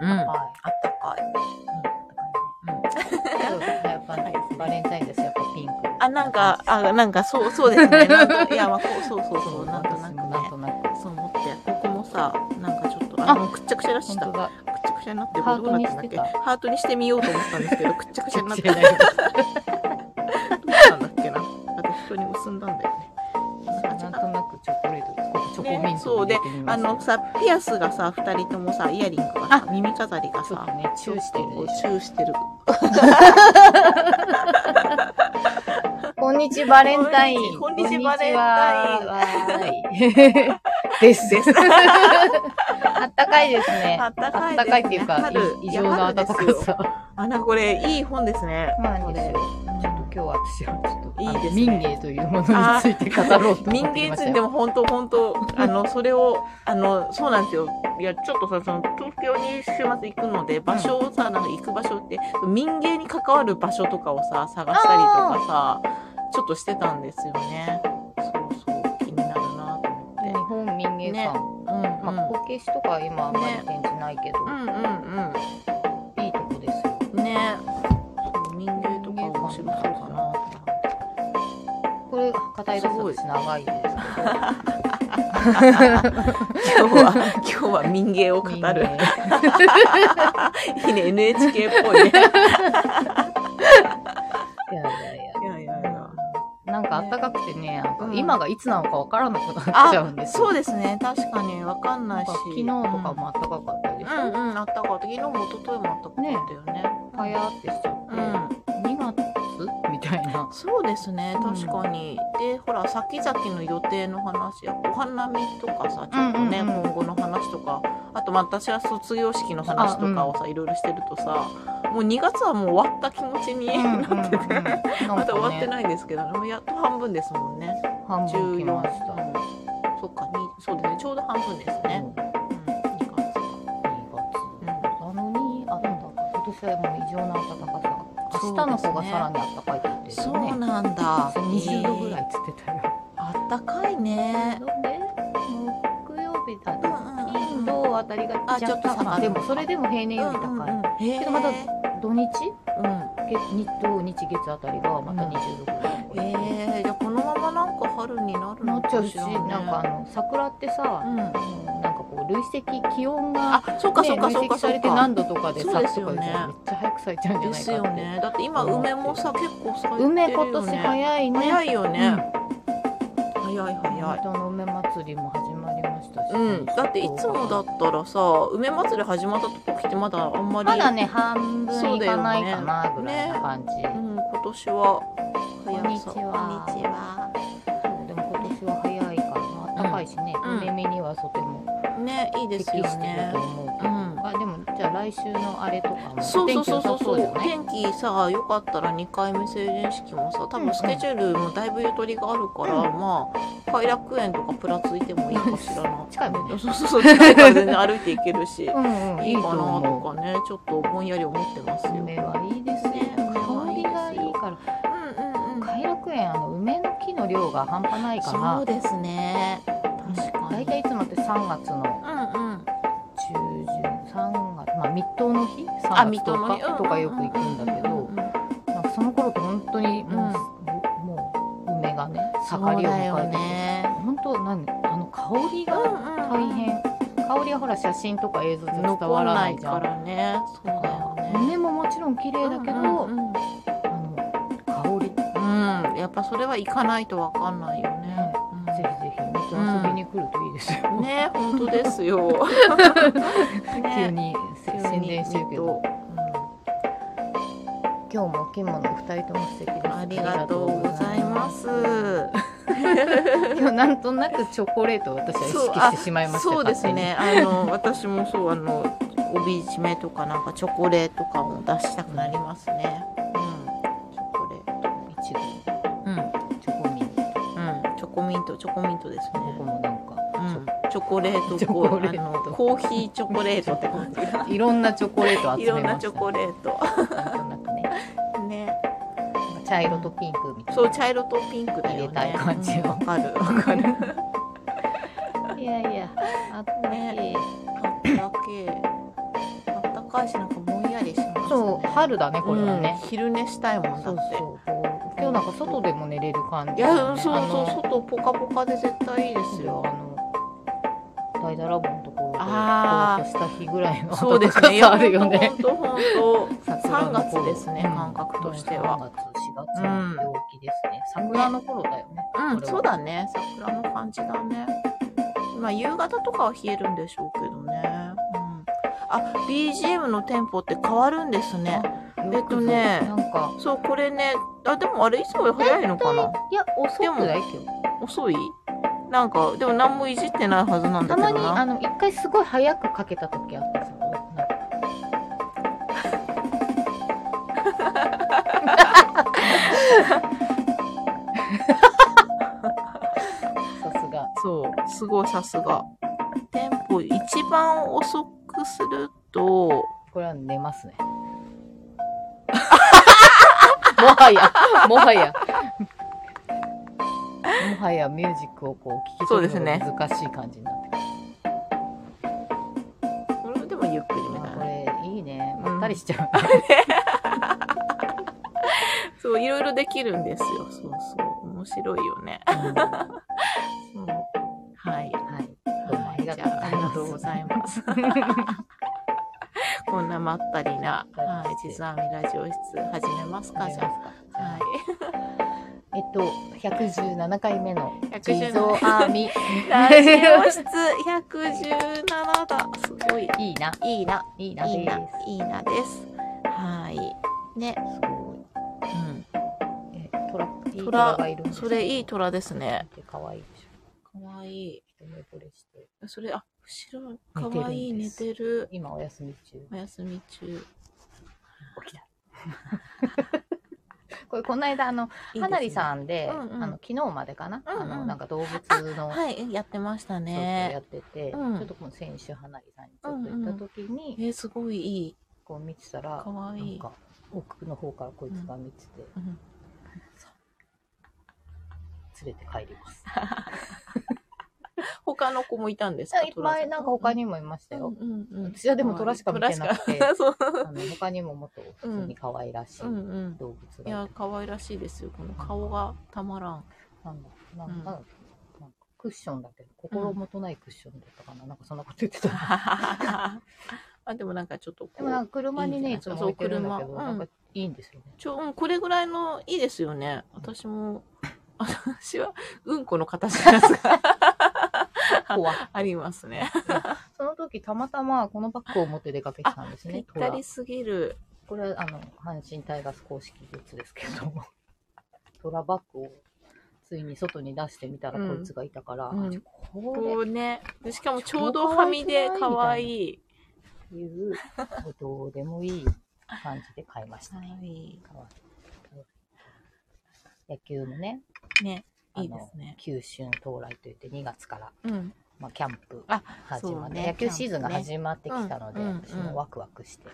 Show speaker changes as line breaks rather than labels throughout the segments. うん
は
あったかい。
い。そうですねやっぱりバレンタインですよ。やっぱピンク。
あ、なんか、あ、なんか、そう、そうです ね。なんといや、まあ、こう、そうそうそう、なんとなく
なん
ね。
となく。
そう思って、ここもさ、なんかちょっと、あ、
あ
もうくっちゃくちゃだした。
本当
くっ
だ。
ちゃくちゃになってる、
ハー
どう
ト
な
に
ったんだっ
して
け
た
ハートにしてみようと思ったんですけど、くっちゃくちゃになって
知ら
る。
ないけ
どうしたんだっけな。だって人に結んだんだよね。
どなんとなくチョコレート、チョコミント
そう
を入
で
れてみま
あ
した。
のさ、ピアスがさ、二人ともさ、イヤリングがさ、耳飾りが
ちょっ
さ
と、ね、チューしてるでし
チューしてる。
こんにちバレンタイン。
こんにちバレンタイン
ン。はーい。です。です。あったかいですね。
あったかいですね
あったかいっていうか、
春
い異常ない
や
暖
春
か
です
さ。
あ、なんかこれ、いい本ですね。
なんですよ。ちょっと今日は私はちょっと、あの
いいですね
民芸というものについて語ろうと
人
思ってい
間
まし
人
た
で
よ。
も本当本当あのそれをあのそうなんですよいやちょっとさその東京に週末行くので場所をさ、なんか行く場所って民芸に関わる場所とかをさ探したりとかさちょっとしてたんですよねそうそう気になるなと思
日
っ
本民芸館。
て、
まあ、こけしとか今あんまり
ね
展示ないけど、
うん、うんうん
いいとこですよ。
うんねそう民芸とか面白そうかな
これ、硬いです
すごい
私長いですけ
今日
ど。
は今日は民芸 を語
民
る い
芸
いね NHK っぽいねいや
いやいやいや。
いやいや
なんかあったかくてね、なんか
うん
今がいつなのかわからなくなっちゃうん
あ、
ですよ。
そうですね。確かにわかんな
なん
いし。
か昨日とかもあったかかったで
う
し
ん。
ょ、
うんうん、あったかかった。昨日も一昨日もあったかかったよね。
はやーってしちゃって、
うん。
2月みたいな。
そうですね。
うん
確かに。で、ほら、先々の予定の話や、お花見とかさ、ちょっとね、
うんうんう
今
ん
後の話とか、あと、まあ、私は卒業式の話とかをさ、いろいろしてるとさ、もう2月はもう終わった気持ちになってて、 まだ終わって
い。
ないですけど、もうやっと半分ですもんね。
半分来
14
ました。
うんそっか、にそうですね。ちょうど半分ですね。
うん2
うん、いい感じか。
月
うん
なのに、あったか今年はもう異常な暖かさ。
そ
明
うで
日
すね
の方がさらに暖かいって言ってる
そ
よね。
うなんだ。
20度ぐらいっつってたよ。
あったかいね。
で木曜日だと
うんうんうん
金土あたりが
あちょっと下がる
でもそれでも平年より高い、
い。へえ。
けどまだ土日
う
月日土日月あたりがまた20度ぐらい、
ん。ええ、じゃあこのままなんか春になる
な
の
っちゃ
か
うし、
しらね。
なんかあの桜って
う
さ、
ん。
なんかこう累積気温が、
あ、そうか
ね
そうか
累
そう
積
か
さ
そ
れ
う
て
か。
何度とかで
そう
咲
で
く
す
と
よ
かで
ね
さめっちゃ早く咲いちゃうんじゃ
で
ない
す
か
よ
って、
ね。だって今梅もさ結構咲いてるよね。
梅今年早いね
早いよね。
う
早い
ん
早い。
本当の梅祭りも始まりましたし、
うん、だっていつもだったらさ梅祭り始まったとこ来てまだあんまり
まだね半分いかないかなぐらいな感じ、
うん、今年は
こんに
早
ちは
そうこんにちは
そうでも今年は早いからまあ暖かいしね、
うん
梅見にはとても
ね、いいで
適
す
して
よ
る
ね
と。思うけど、
うん
あでもじゃあ来週のあれとかも
そうそうそうそうそう
お天気良さじゃな
天気さ
い
よかったら2回目成人式もさ多
うんう
分
ん
スケジュールもだいぶゆとりがあるから、
うん
まあ偕楽園とかプラついてもいいかしらな
近いもんね
そうそうそう近いから全然歩いていけるし
うんうん
い
い
い
い
か
と
なと
思
かねちょっとぼんやり思ってます
う
よ、
梅はいいですね
ね
香りがいいから
うんうんうん
偕楽園あの梅の木の量が半端ないか
そう
ら
ですね確か
大
に
体いつもって3月の
うんうん
中旬3月まあ密冬の日
あ
3
水
月
戸
と
の
か
にうん
とかよく行くんだけ
う
ど
ううんうん
なんかその頃って本当にもう,、もう梅がね
そ
盛りを
うだ
迎え
よ
てて、
ね
本当なんあの香りが
大
大変香りはほら写真とか映像で伝
残
わ
ら
ら
な
ない
い
じゃ
か
んだ
らねそうだよ
から
ね
梅ももちろん綺麗だけど、
うんうんうん
あの香りぜ
うん、やっぱそれは行かないとわかんないよね。
ひぜひめっちゃ遊びに来るといいですよ、
うんね、本当ですよ。 ね
急にせ宣伝してるけど。今日もお着物お二人とも素敵で
う
す
んありがとうございます。
今日なんとなくチョコレートを私は意識してしまいました
そうですね。あの私もそうあの帯締めとかなんかチョコレート感を出したくなりますね。うん、チョコレート。
勝手にいち
うん、う
ごチョコミント
ん、チョコミントチョコミントです
ここ
ね。
もなんか、
うん、チョコレート
チョ
こ
コ
う
レ
あ
ート
のコーヒーチョコレートって 感じが。
いろんなチョコレートを
い
集
ろ
めまし
ん
た
なチョコレート。
なんとなくね
ね。
なんか茶色とピンクみたい
そ
な
う茶色とピンクだよね。
入れたい感じを
うんわかるわかる。
いやいやあったけ
ねあったけえ。あった高橋なんかぼんやりします、ね、
そう春だねこれは
ね
ね、、
昼寝したいもんだ
そ
っ
う
て
そう今日なんか外でも寝れる感じ、ね、
いやそう
あの
そう外ポカポカで絶対いいですよ
あの大だらぼのところでぼ
あ
ー
ー
っとした日ぐらいの
そうですね。
暖かさあるよね
本当本当。
桜
3
の頃
月ですね、
うん
感覚としては。
3月4月の陽気ですね、桜の頃だよね
う
こ
ん、
れは
そうだね。桜の感じだね。まあ、夕方とかは冷えるんでしょうけどね。うん。あ、BGM のテンポって変わるんですね。えっとね
なんか
そう、これね、あ、でもあれいつもより早いのかない
や遅くないけど
遅いなんか、でも何もいじってないはずなんだ
た
けどな。
まにあの一回すごい早くかけた時あったさなんか さすが
そう、すごいさすが。テンポ一番遅くすると、
これは寝ますね もはやもはやもはやミュージックをこう聞き取るのが難しい感じになってくる、
これでもゆっくりめ
あ
だ
こ
ね。
れいいねまったりしちゃう、
そう、いろいろできるんですよ。そうそう。面白いよね。
は
そう。はい。
いどうもありがとうございます
じゃあありがとうござい ます。こんなまったりな、はい、実はみラジオ室始めますか、じゃあ。はい。
えっと、117回目の地
117
蔵アーミ
ラジオ 室117だ。すごい。
いいな、
いいな、
いいなで
いい
す。
な、いいなです。はい。ね。
すごい。え、トラ、いいト
虎
ラがいるんです
それいい虎ですね。
かわいいでし
かわいい。
ょ。一目惚れして。
それ、あ、後ろ、
寝てる
か
んです
わいい、寝てる。
今お休み中。
お休み中。
起き た。これこの間あの花り
ん。
さんで
うんうん
あの昨日までかな、
うんうん
あのなんか動物の
はい、やってました
ちょっとや
ね。
ってて、
うん
ちょっとこの先週花りさんにちょっと行った時に、
えー、すごいいい。
こう見てたら
かわ
ないん
い。
か奥の方からこいつが見てて、
うん
連れて帰ります。
他の子もいたんです
あ
か
いっぱいなんか他にもいましたよ。
うんうんうん。
私はでも虎しか見てなく
虎し
て、
かそう。
あの他にももっと普通に可愛らしい
うんうん。
動物
い
が
や
いて、、
可愛らしいですよ。この顔がたまらん。
なんだ、な
うん
んなんなんかクッションだけど、心もとないクッションだったかな、なんかそんなこと言ってた。
あ、でもなんかちょっとこ
でもなん
う。
か車に
い
ね、
い
い
ん
つ
じゃない
も置いてるんだけど、
そう車
なんかいいんですよね。
ちょ、うん、これぐらいのいいですよね。私も、私は、うんこの形のやつが
怖い。
あります ね。
その時たまたまこのバッグを持って出かけてたんです
ぴっ
ね。
た
虎
りすぎる。
これはあの阪神タイガース公式グッズですけど、 トラバッグをついに外に出してみたら
うん
こいつがいたから、
うん
あじゃあこ
こ
れ
うね。でしかもちょうどはみで可愛い。
っていう、どうでもいい感じで買いました ね。
い。
かわいい野球のね、
ね、
あの
いいですね。
球春到来といって2月から、
うん。
まあ、キャンプ
あ
始ま
そう
って、
ね
野球シーズンが始まってきたので、
キャンプね
私
うんうんうん
もワクワクして、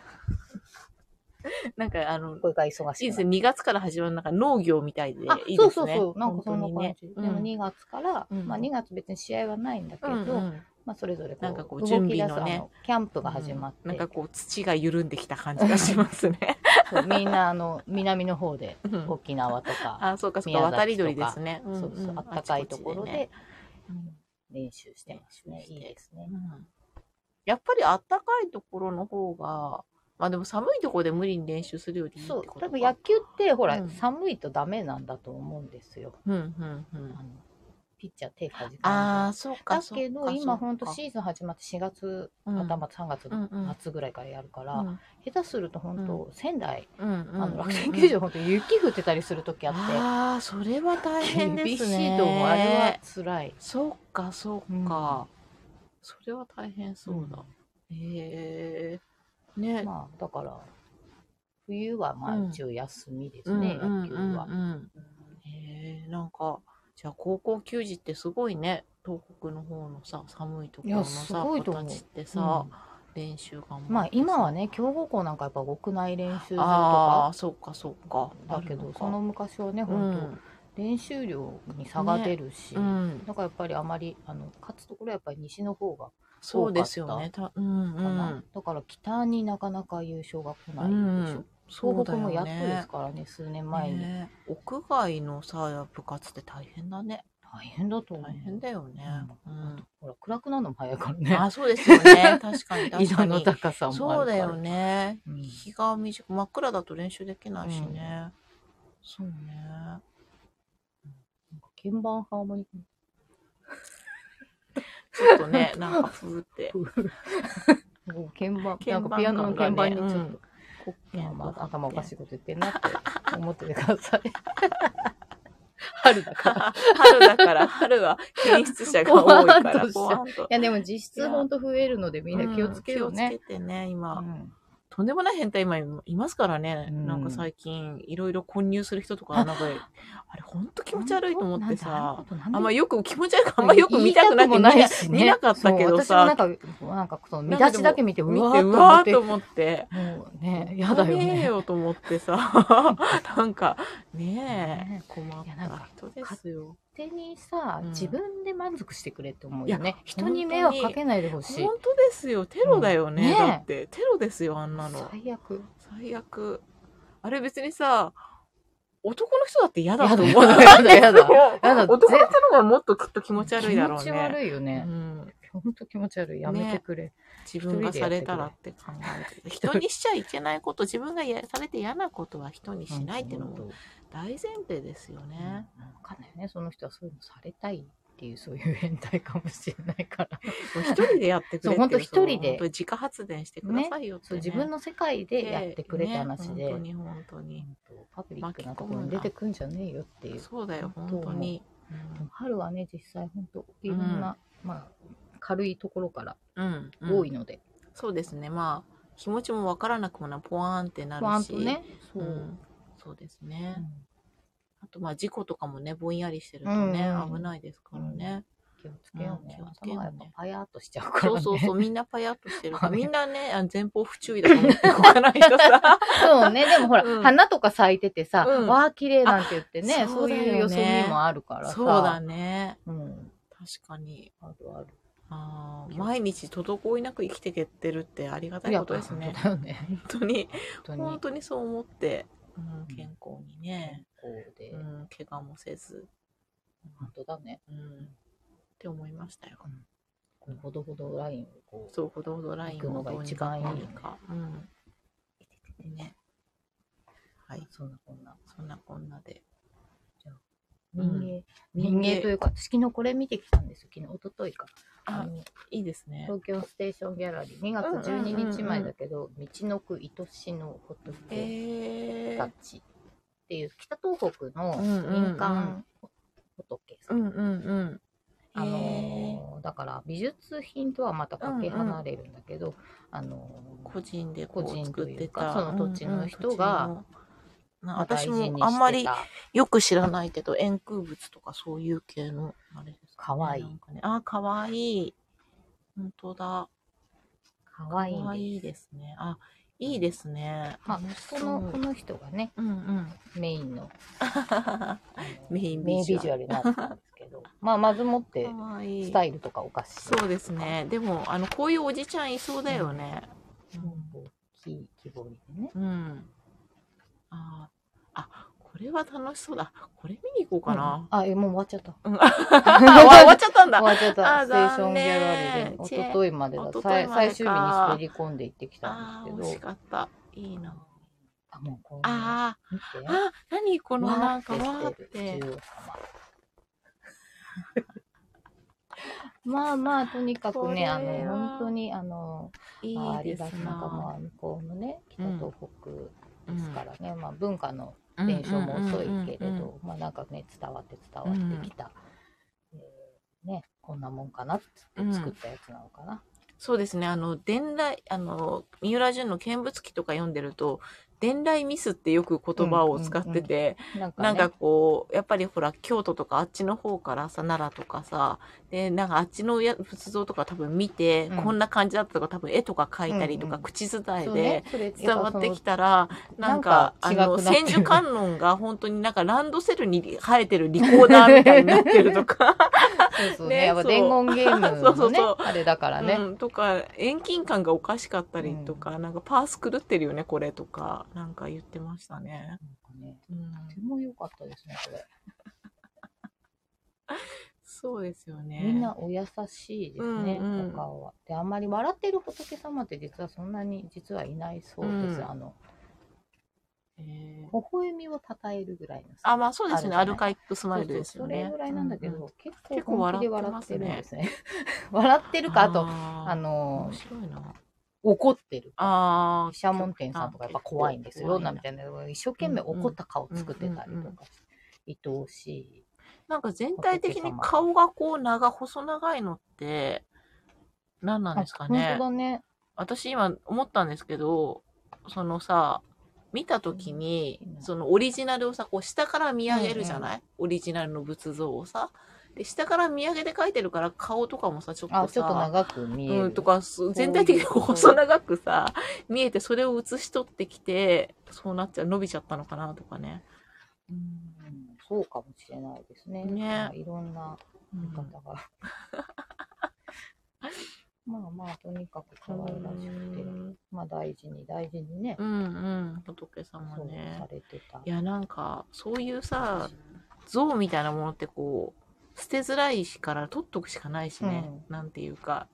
なんかあの、
これが忙しくなって
いいですね。2月から始まるなんか農業みたいで
あ
いいですね。
そうそうそう。なんかそんな感じ。
本
で
当にね
も2月から、
うん
まあ2月別に試合はないんだけど、
うんうん
まあそれぞれこう
なんかこう
動
準
き
備
出す
のね
あのキャンプが始まって、
うんなんかこう土が緩んできた感じがしますね。
そうみんなあの南の方で
うん
沖縄とか、
あ、そうかそうか、
宮崎とか
渡り鳥ですね。ん
そうそうあったかいところで。練習してますね。
練習して
いいです
あちこ
ね
ちでねう。んやっぱりあったかいところの方が、まあでも寒いところで無理に練習するよりいいって
そ
こ
う
とか。
多分野球ってほら、
うん
寒いとダメなんだと思うんですよ。
うんうんう
あ
ん。
のピッチャー手か時
あ
間
あ、そうか。
だけど今ほんとシーズン始まって4月
うん
頭3月
うんうん
の末ぐらいからやるから、
が、うん
下手すると本当仙台
うんうん
あの楽天球場、本当雪降ってたりする時あっ
ああ、それは大
て、
変ですね。
厳しいと思う。あれは辛い。
そっか、そっか。それは大変そうだ。へえ。ね。
まあ、だから、冬はまあ
うん
一応休みですね、
うん
野球
うん
は
う。んうんへえ、なんか、じゃあ高校球児ってすごいね、東北の方のさ、寒いところの
いやす
さ、
ごいと
子
思う
たちってさ
うん、
練習が
まあ今はね、強豪校なんかやっぱ屋内練習
ああ
場
ー、そっかそっ
と
か
か。だけ
ある
ど、
か
その昔はね、
う
本
ん
当練習量に差が出るし、
うん
だからやっぱりあまり、あの、勝つところはやっぱり西の方が
そうですよね。たうんう
かな、
ん。
だから北になかなか優勝が来ないでし
う
ょ、
ん
東北もやっと
そうだよ
で
ね
すからね数年前に、
ね屋外のさ、部活って大変だね。
大変だと思う
大変だよね。う
うん
ん。
ほら暗くなるのも早いからね
あ、そうですよ ね。確かに、確か
色の
に。
高さもあるから
そうだよね。
うん
日が短く、真っ暗だと練習できないしね。そうね。
なんか鍵盤ハーモニカ
ちょっと ね、なんかふーって。
こう鍵盤
鍵盤
なんかピアノの鍵
感が
盤
ね
にちょっと、
うん
こうまあまあ頭おかしいこと言ってんなって思っててくださ い春だか ら
春だから、春は検出者が多い から、
ポワン
ポワンと
いやでも実質ほんと増えるのでみんな気をつけよう
うん気
ね
を、つけてね、
う
今。
ん
とんでもない変態今いますからね。
うん
なんか最近、いろいろ混入する人とか、なんか、あれ、ほんと気持ち悪いと思ってさ。あんま
よ
よく気持ち悪く、あんまよく見たくなくて見な見なかったけどさ。
そう私もなんか、なんかその見出しだけ見て、う
見
わ
て、
ー
う
っ
わー
と
と
思
思
っ
って。
て。もうね、やだよ
本当え
ね。
よと思って さ、なんか、ね
ね
え、困っ
いやなん
た
か
人ですよ。
勝手にさ、
うん
自分で満足してくれって思うよ
いや
ね。人に迷惑かけないでほしい
本。当ですよ、テロだよね。
ねえ
だって、テロですよ、あんなの。
最悪。
最悪。あれ別にさ、男の人だって嫌だと思う。
やだやだ やだやだ
男の人の方がもっときっと気持ち悪いだろうね。
気持ち悪いよ
う
ね。
ん、
ほんと気持ち悪い。やめてくれ。
自分がされたらって考えて人にしちゃいけないこと自分がやされて嫌なことは人にしないっていうの
ほ
も
んと
大前提ですよ
うんわ
ね。
かんないよね。その人はそういうのされたいっていう、そういう変態かもしれないから。
もう一人でやってくれってい
そう本当一人で
本当自家発電してくださいよって、
そう
ね
自分の世界でやってくれって話
ね
で。
本当に本当に、
パブリックなところに出てくんじゃねえよっていう。
そうだよ
本当
本当に
春はね、実際本当いろんな、まあ、軽いところから
うん、うん
多いので。
そうですねまあ気持ちもわからなくもないポワーンってな
ポワン
るし
とね。そうう。
ん、そうですね、
うん
あとまあ事故とかもねぼんやりしてるとね、
うん
危ないですからね、
気をつけようね。
うん気をつけようね
頭がやっぱパヤーっとしちゃうから、
そう
ね。
そうそうみんなパヤっとしてるからみんなねあ前方不注意だ
そ
と
う
思って動かないとさ
ね。でもほら、
うん
花とか咲いててさ、
うん
わあ、綺麗なんて言ってね、
あ
そ
そううだよね
いうよそ見もあるからさ。
そうだね
うん。
確かに
あるある。
あー毎日滞りなく生きていけてるってありがたいことです
いや
ね
本当だよね。
本当に
本当に。
本当にそう思って、うん
うん
健康にね、
こうで、
うん、怪我もせず、
本当だね。
うん、って思いましたよ。
このほどほどラインをこう。
そう、ほどほどラインをどうにかどうにか。うん。ね。はい。
そんなこんな。
そんなこんなで。
民
うん
芸、民芸というか、私昨日これ見てきたんですよ。昨日、一昨日か。あ
あ、
の
いいですね。
東京ステーションギャラリー、2月
うんうんうん
12
うん
日前だけど、道のく愛しの仏
え
た
ー。
ちっていう、北東北の
うんうんうん
民間仏さ。
うんんうんうん。
あ
えー
のーだから美術品とはまたかけ離れるんだけど、あのー
個人でこ
個
う
人
作
と
っ
いう
て
か
た。
その土地の人が
うんうん、土地のな
まあ
私
大事に
も
してた
あんまりよく知らないけど、円空物とかそういう系の、あれです
かわいい
なんかね、あー、かわいい。本当だ。
かわいいん
可
です
愛いですね。あ、いいですね。
まあ
楽し
こ
そう
のこの人がね
うんうん。
メインのあの
メイン
メ
ビ
イン
ジ
ビ
ュアル
ジュアルになってたんですけど まあまずもって
可愛い
スタイルとかおかしい
そうですね。でも、あの、こういうおじちゃんいそうだよね。
大きい木彫りでね
うん。あーあ、これは楽しそうだ。これ見に行こうかな。
あえもう終わっちゃった
あ、 終わっちゃったん
終
だ。
わっちゃった
あ
ステーションギャラリーで
残念
一昨日までだ
一昨日まで
最
か
最終日に滑り込んで行ってきた
あ
ん
あー、
で
惜
す
し
けど
かった。いいな。
あもうこういうの
あ
見
あ、
て
あ、何このなんか、わー
わ
っ
ーってして
て
る。中央様まあまあとにかくねあの
これは
本当にあの
い
あ
い
り
で
がち
す
なかま
な。
あ向こうのね北東北ですからね、まあ文化の
うん
伝承も遅いけれど、
うんうんうんうん
まあなんかね伝わって伝わってきた、えーねこんなもんかなっつって作ったやつなのかな、
そうですね。あの、伝来、あの、三浦淳の見物記とか読んでると、伝来ミスってよく言葉を使ってて、
なんか、ね、
なんかこう、やっぱりほら、京都とかあっちの方からさ、奈良とかさ、で、なんかあっちのや仏像とか多分見て、
うん
こんな感じだったとか多分絵とか描いたりとか、
うんうん
口伝え
そう
で
ね、それ
伝わってきたら、なんか、
な
あ
んか違
の、
くなってる
千手観音が本当になんかランドセルに生えてるリコーダーみたいになってるとか、
そうそう
ね
ね、やっぱ伝言ゲームのね
そうそうそう
あ れだからね、
うん、とか、遠近感がおかしかったりとか、なんかパース狂ってるよね、これとか、なんか言ってましたね。
なんかね
うん、
とても良かったですねこれ、
そうですよね。
みんなお優しいですね、
うんうん
お顔はであんまり笑ってる仏様って実はそんなに実はいないそうです、
うん
あの
えー
微笑みをたたえるぐらいの
あ、まあそうですね。
あ
ア
るじゃない
ルカイックスマイルです
そう
よ
そうそ
ね。
れぐらいなんだけど、
うう
結
結構
構本
笑って
気で笑
ま
っ
す
て
ね
るんですね 笑ってるかあと
あー
あの
面白いな。
怒ってる
ああ、
シャーモン店さんとかやっぱ怖いんですよ、
怖いな
なみたいな。一生懸命怒った顔作ってたり
うんうん
とか、愛おしい。
なんか全体的に顔がこう長、細長いのって、何なんですか
あ
ね
本当。だね。
私今思ったんですけど、そのさ、見たときに
う、ん
そのオリジナルをさ、こう下から見上げるじゃない、オリジナルの仏像をさ。で、下から見上げて描いてるから顔とかもさ、ちょっとさ、
あ、ちょっと長く見える。
うん、とか、す全体的に
そういう
細長くさ、見えて、それを写し取ってきて、そうなっちゃう、伸びちゃったのかなとかね。
うんそうかもしれないですね。
ね
まあいろんな
うん
見方が。 まあまあ、とにかく可愛らしくて、まあ大事に大事にね、
うんうん、仏様
そうさ
ね。
れてた。
いや、なんか、そういうさ、像みたいなものってこう、捨てづらいしから取っとくしかないしね、なんていうか。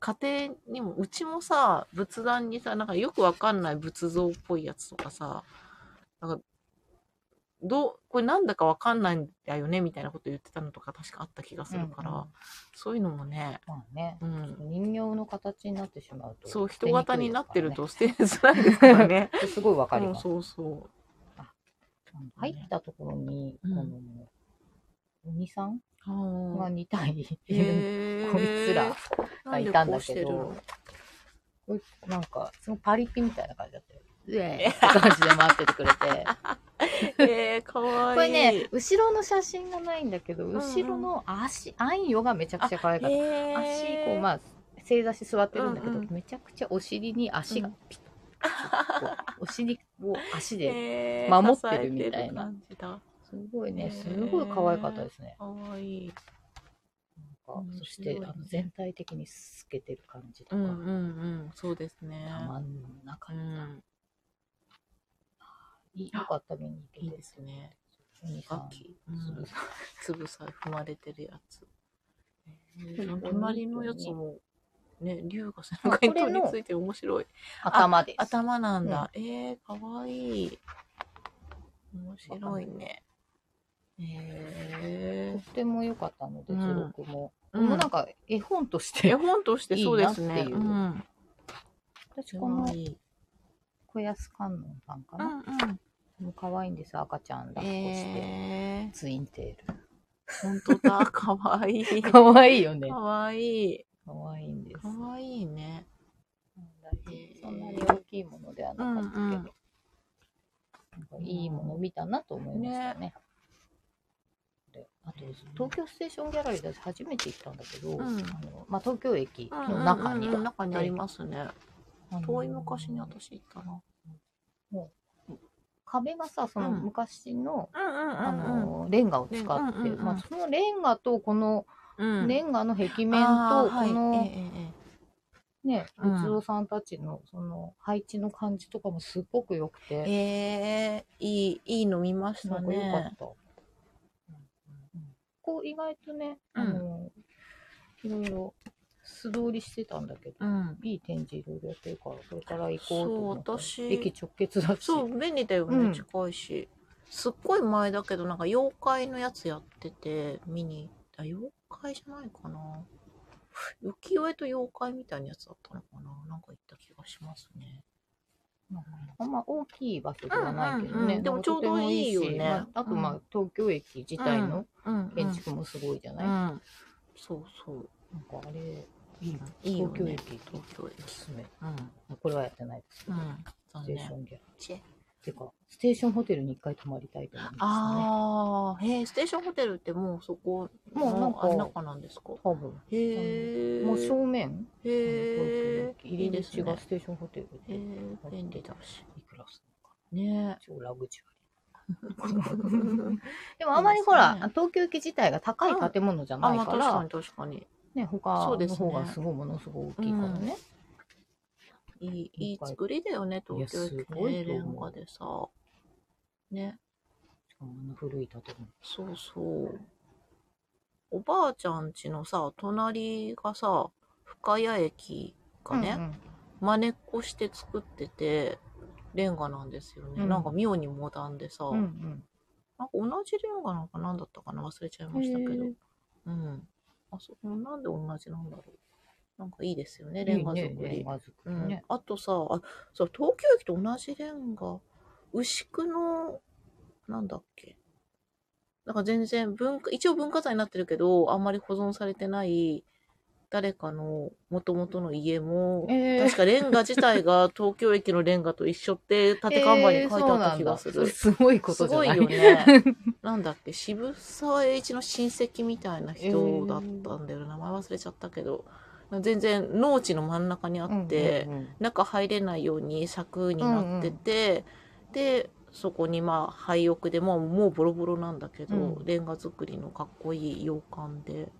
家庭にも、うちもさ、仏壇にさ、なんかよくわかんない仏像っぽいやつとかさ、なんか、どう、これなんだかわかんないんだよね、みたいなこと言ってたのとか確かあった気がするから、
うんうん
そういうのもね、
まあね、
うん。
人形の形になってしまうと。
そう、
捨
人
てにくいですか
型
らね
になってる。と捨てづらいですから ね。
すごいわかり
う
ま
ん、
す。
そうそう。
入ったところに、
うん
この、鬼さん
あ
が
ー
2体いる、
へー
こいつら、がいたんだけど
なんでこうして
こいつなんか、そのパリピみたいな感じだったよ。うえーって感じで回ってて くれて。
るのえー、かわいい。
これね、後ろの写真がないんだけど、
ん
後ろの足、あんよがめちゃくちゃ可愛かっ
え
た。
ー、
足、こう、まあ、正座して座ってるんだけど、
うんうん
めちゃくちゃお尻に足がピッ、こ うお尻を足で、
えー
守ってるみたいな
支えてる感じだ。
すごい
へ
ね、
ー
すごい可愛かったですね。
かわいい。
なんか
面
そして、
白い
あの全体的に透けてる感じと
う
か、
んうんうん、そうですね。
たまんなか
う
った。
ん、
いいよかった、見に行けて。
いいですね。
お兄さん
ガキ、うん
鈴さん
つぶさ踏まれてるやつ。え
そう
ー、隣のやつも、ね、竜が背中に
あこれ
取
の
り付いて面白い。
頭です。
頭なんだ。えー、かわいい。面白いね。
と
え
っ
ー
ても良かったので、
うん
図録も。
うん
もうなんか絵本とし
絵
て、
本としてそうですね。
いいなっていう
うん。
私
す
こ
ご
の
い。
小安観音さんか
う
な。
んうん。
もう可愛いんです、赤ちゃん抱っこして。
えー、
ツインテー
本当 だ。かわいい。
ル。
か
可愛いよね。
わいい。
可愛いんです
か。わいいね。い
そんなに大きいものではなかったけど、
うんうん
なんかいいもの見たなと思いましたね。であと東京ステーションギャラリーで私初めて行ったんだけど、
ん
あのまあ、東京駅
うん
の中に、
うんうん、中にありますね。
あの
遠い昔に私行ったな。
壁がさその
うん
昔の,、
うんうん
あのレンガを使って、
うんうんうん
まあ、そのレンガとこの
うん
レンガの壁面
あ
と
ーは
こ
いえ
の
えええ
ね
うん
仏像さんたちのその配置の感じとかもすっごく良くて。
えー、いい、いいの見まし
な
た
んか良かっ
ね。
た。こう意外とね、
うん
あの、いろいろ素通りしてたんだけど、
うん。
いい展示いろいろやってるから、これから行こうと思ったら
そう私
駅直結だし。
そう、便利だよね、
うん
近いし。すっごい前だけど、なんか妖怪のやつやってて、見に行った。妖怪じゃないかな。浮世絵と妖怪みたいなやつだったのかななんか行った気がしますね。
あんま大きい場所ではないけど
う
ね。
んうんうんでもちょうどいいよね
とてもしまあ、あと、まあ、
うん
東京駅自体の
うん、うん。
建築もすごいじゃ
う
ない、
ん。そうそう。
なんかあれ、いいな。
いいよね
東京駅、
東京
お
駅。
すすめ。
うん。
これはやってないですけ
う
ど、
ん。
ス
そう
テーシ
ね
ョ。ンギャラ
チェ
てか、ステーションホテルに一回泊まりたいと思いま
ああ、へえ、ステーションホテルってもうそこ、
もうなんか
あ中なんですか
すね。多分。
へえ。
もう正面
へえ。
入り口
ね
がステーションホテル
へ
で。い
え、便利だし。
くらす
ね
るの超ラグジュアリー。
え。
でもあまりほら、
そうですね
東京駅自体が高い建物じゃ
あ、
ない
まあ
か
確
ら、
かに確かに。
ね、他
そう
の
ですね
方がすごいものすごい大きいからね。
いい、いい作りだよね、
いや
東京駅
すご
ね、
いと
レ
思う
ンガでさ。ね、
しかもあの古い建物。
そうそう。おばあちゃん家のさ、隣がさ、深谷駅がね、真似っこして作ってて、レンガなんですよね。
うん
なんか妙にモダンでさ、
うんうん。うん
なんか同じレンガなんか何だったかな忘れちゃいましたけど
へー。
うん。あそこもなんで同じなんだろう。なんかいいですよ
う
ね、
ん。
レンガ
い
作
い
り。
ねレンガ作
う
り
ん
ね。
あとさあそう東京駅と同じレンガ牛久のなんだっけなんか全然文化一応文化財になってるけどあんまり保存されてない誰かの元々の家も、
えー
確かレンガ自体が 東京駅のレンガと一緒って縦看板に書いてあった気がす
えーそうな
る。
んだすごいこと
す
じゃ
ごい
ない
よね。なんだっけ、渋沢栄一の親戚みたいな人だったんだよ、名前忘れちゃったけど。全然農地の真ん中にあって、
うんうんうん
中入れないように柵になってて、で、そこにまあ廃屋でもうもうボロボロなんだけど、
うん
レンガ作りのかっこいい洋館で、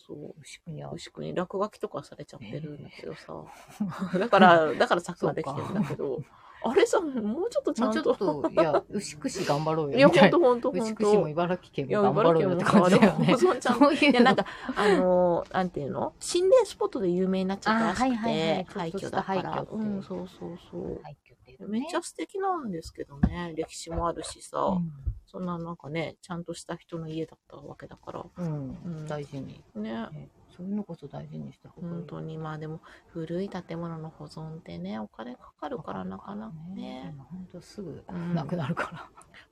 そう。
牛久にある
牛久に落書きとかされちゃってるんだけどさ、 だからだから柵ができてるんだけどあれさもうちょっとちゃ
まあ
ん
ちょっ
と
と、いや、牛久市頑張ろう
いや、
よ。みた
ほん
い
と
な
ほんとほ
牛
ん
久市も
と。
茨城県
いや、
も頑張
茨
ろ
城
うよって
も
感
川
じ
で
だよね
保。存ちゃん
そうい
いうや、
の
なんか、あのー、なんていうの心霊スポットで有名になっちゃったらしくて、
あはいはいはい
廃
ちょっと
墟だ
し
か
た廃墟
ら。
っていう
うん、そうそうそう。
廃墟っていうかね
めっちゃ素敵なんですけどね、歴史もあるしさ、そんななんかね、ちゃんとした人の家だったわけだか
うんう
うん
ん。大事に。
ら。ね。
ねそういうのこそ大事にした方がいい。
本当に、まあでも、古い建物の保存ってね、お金かかるからなかなかね。
本当すぐ
うん
なくなるから。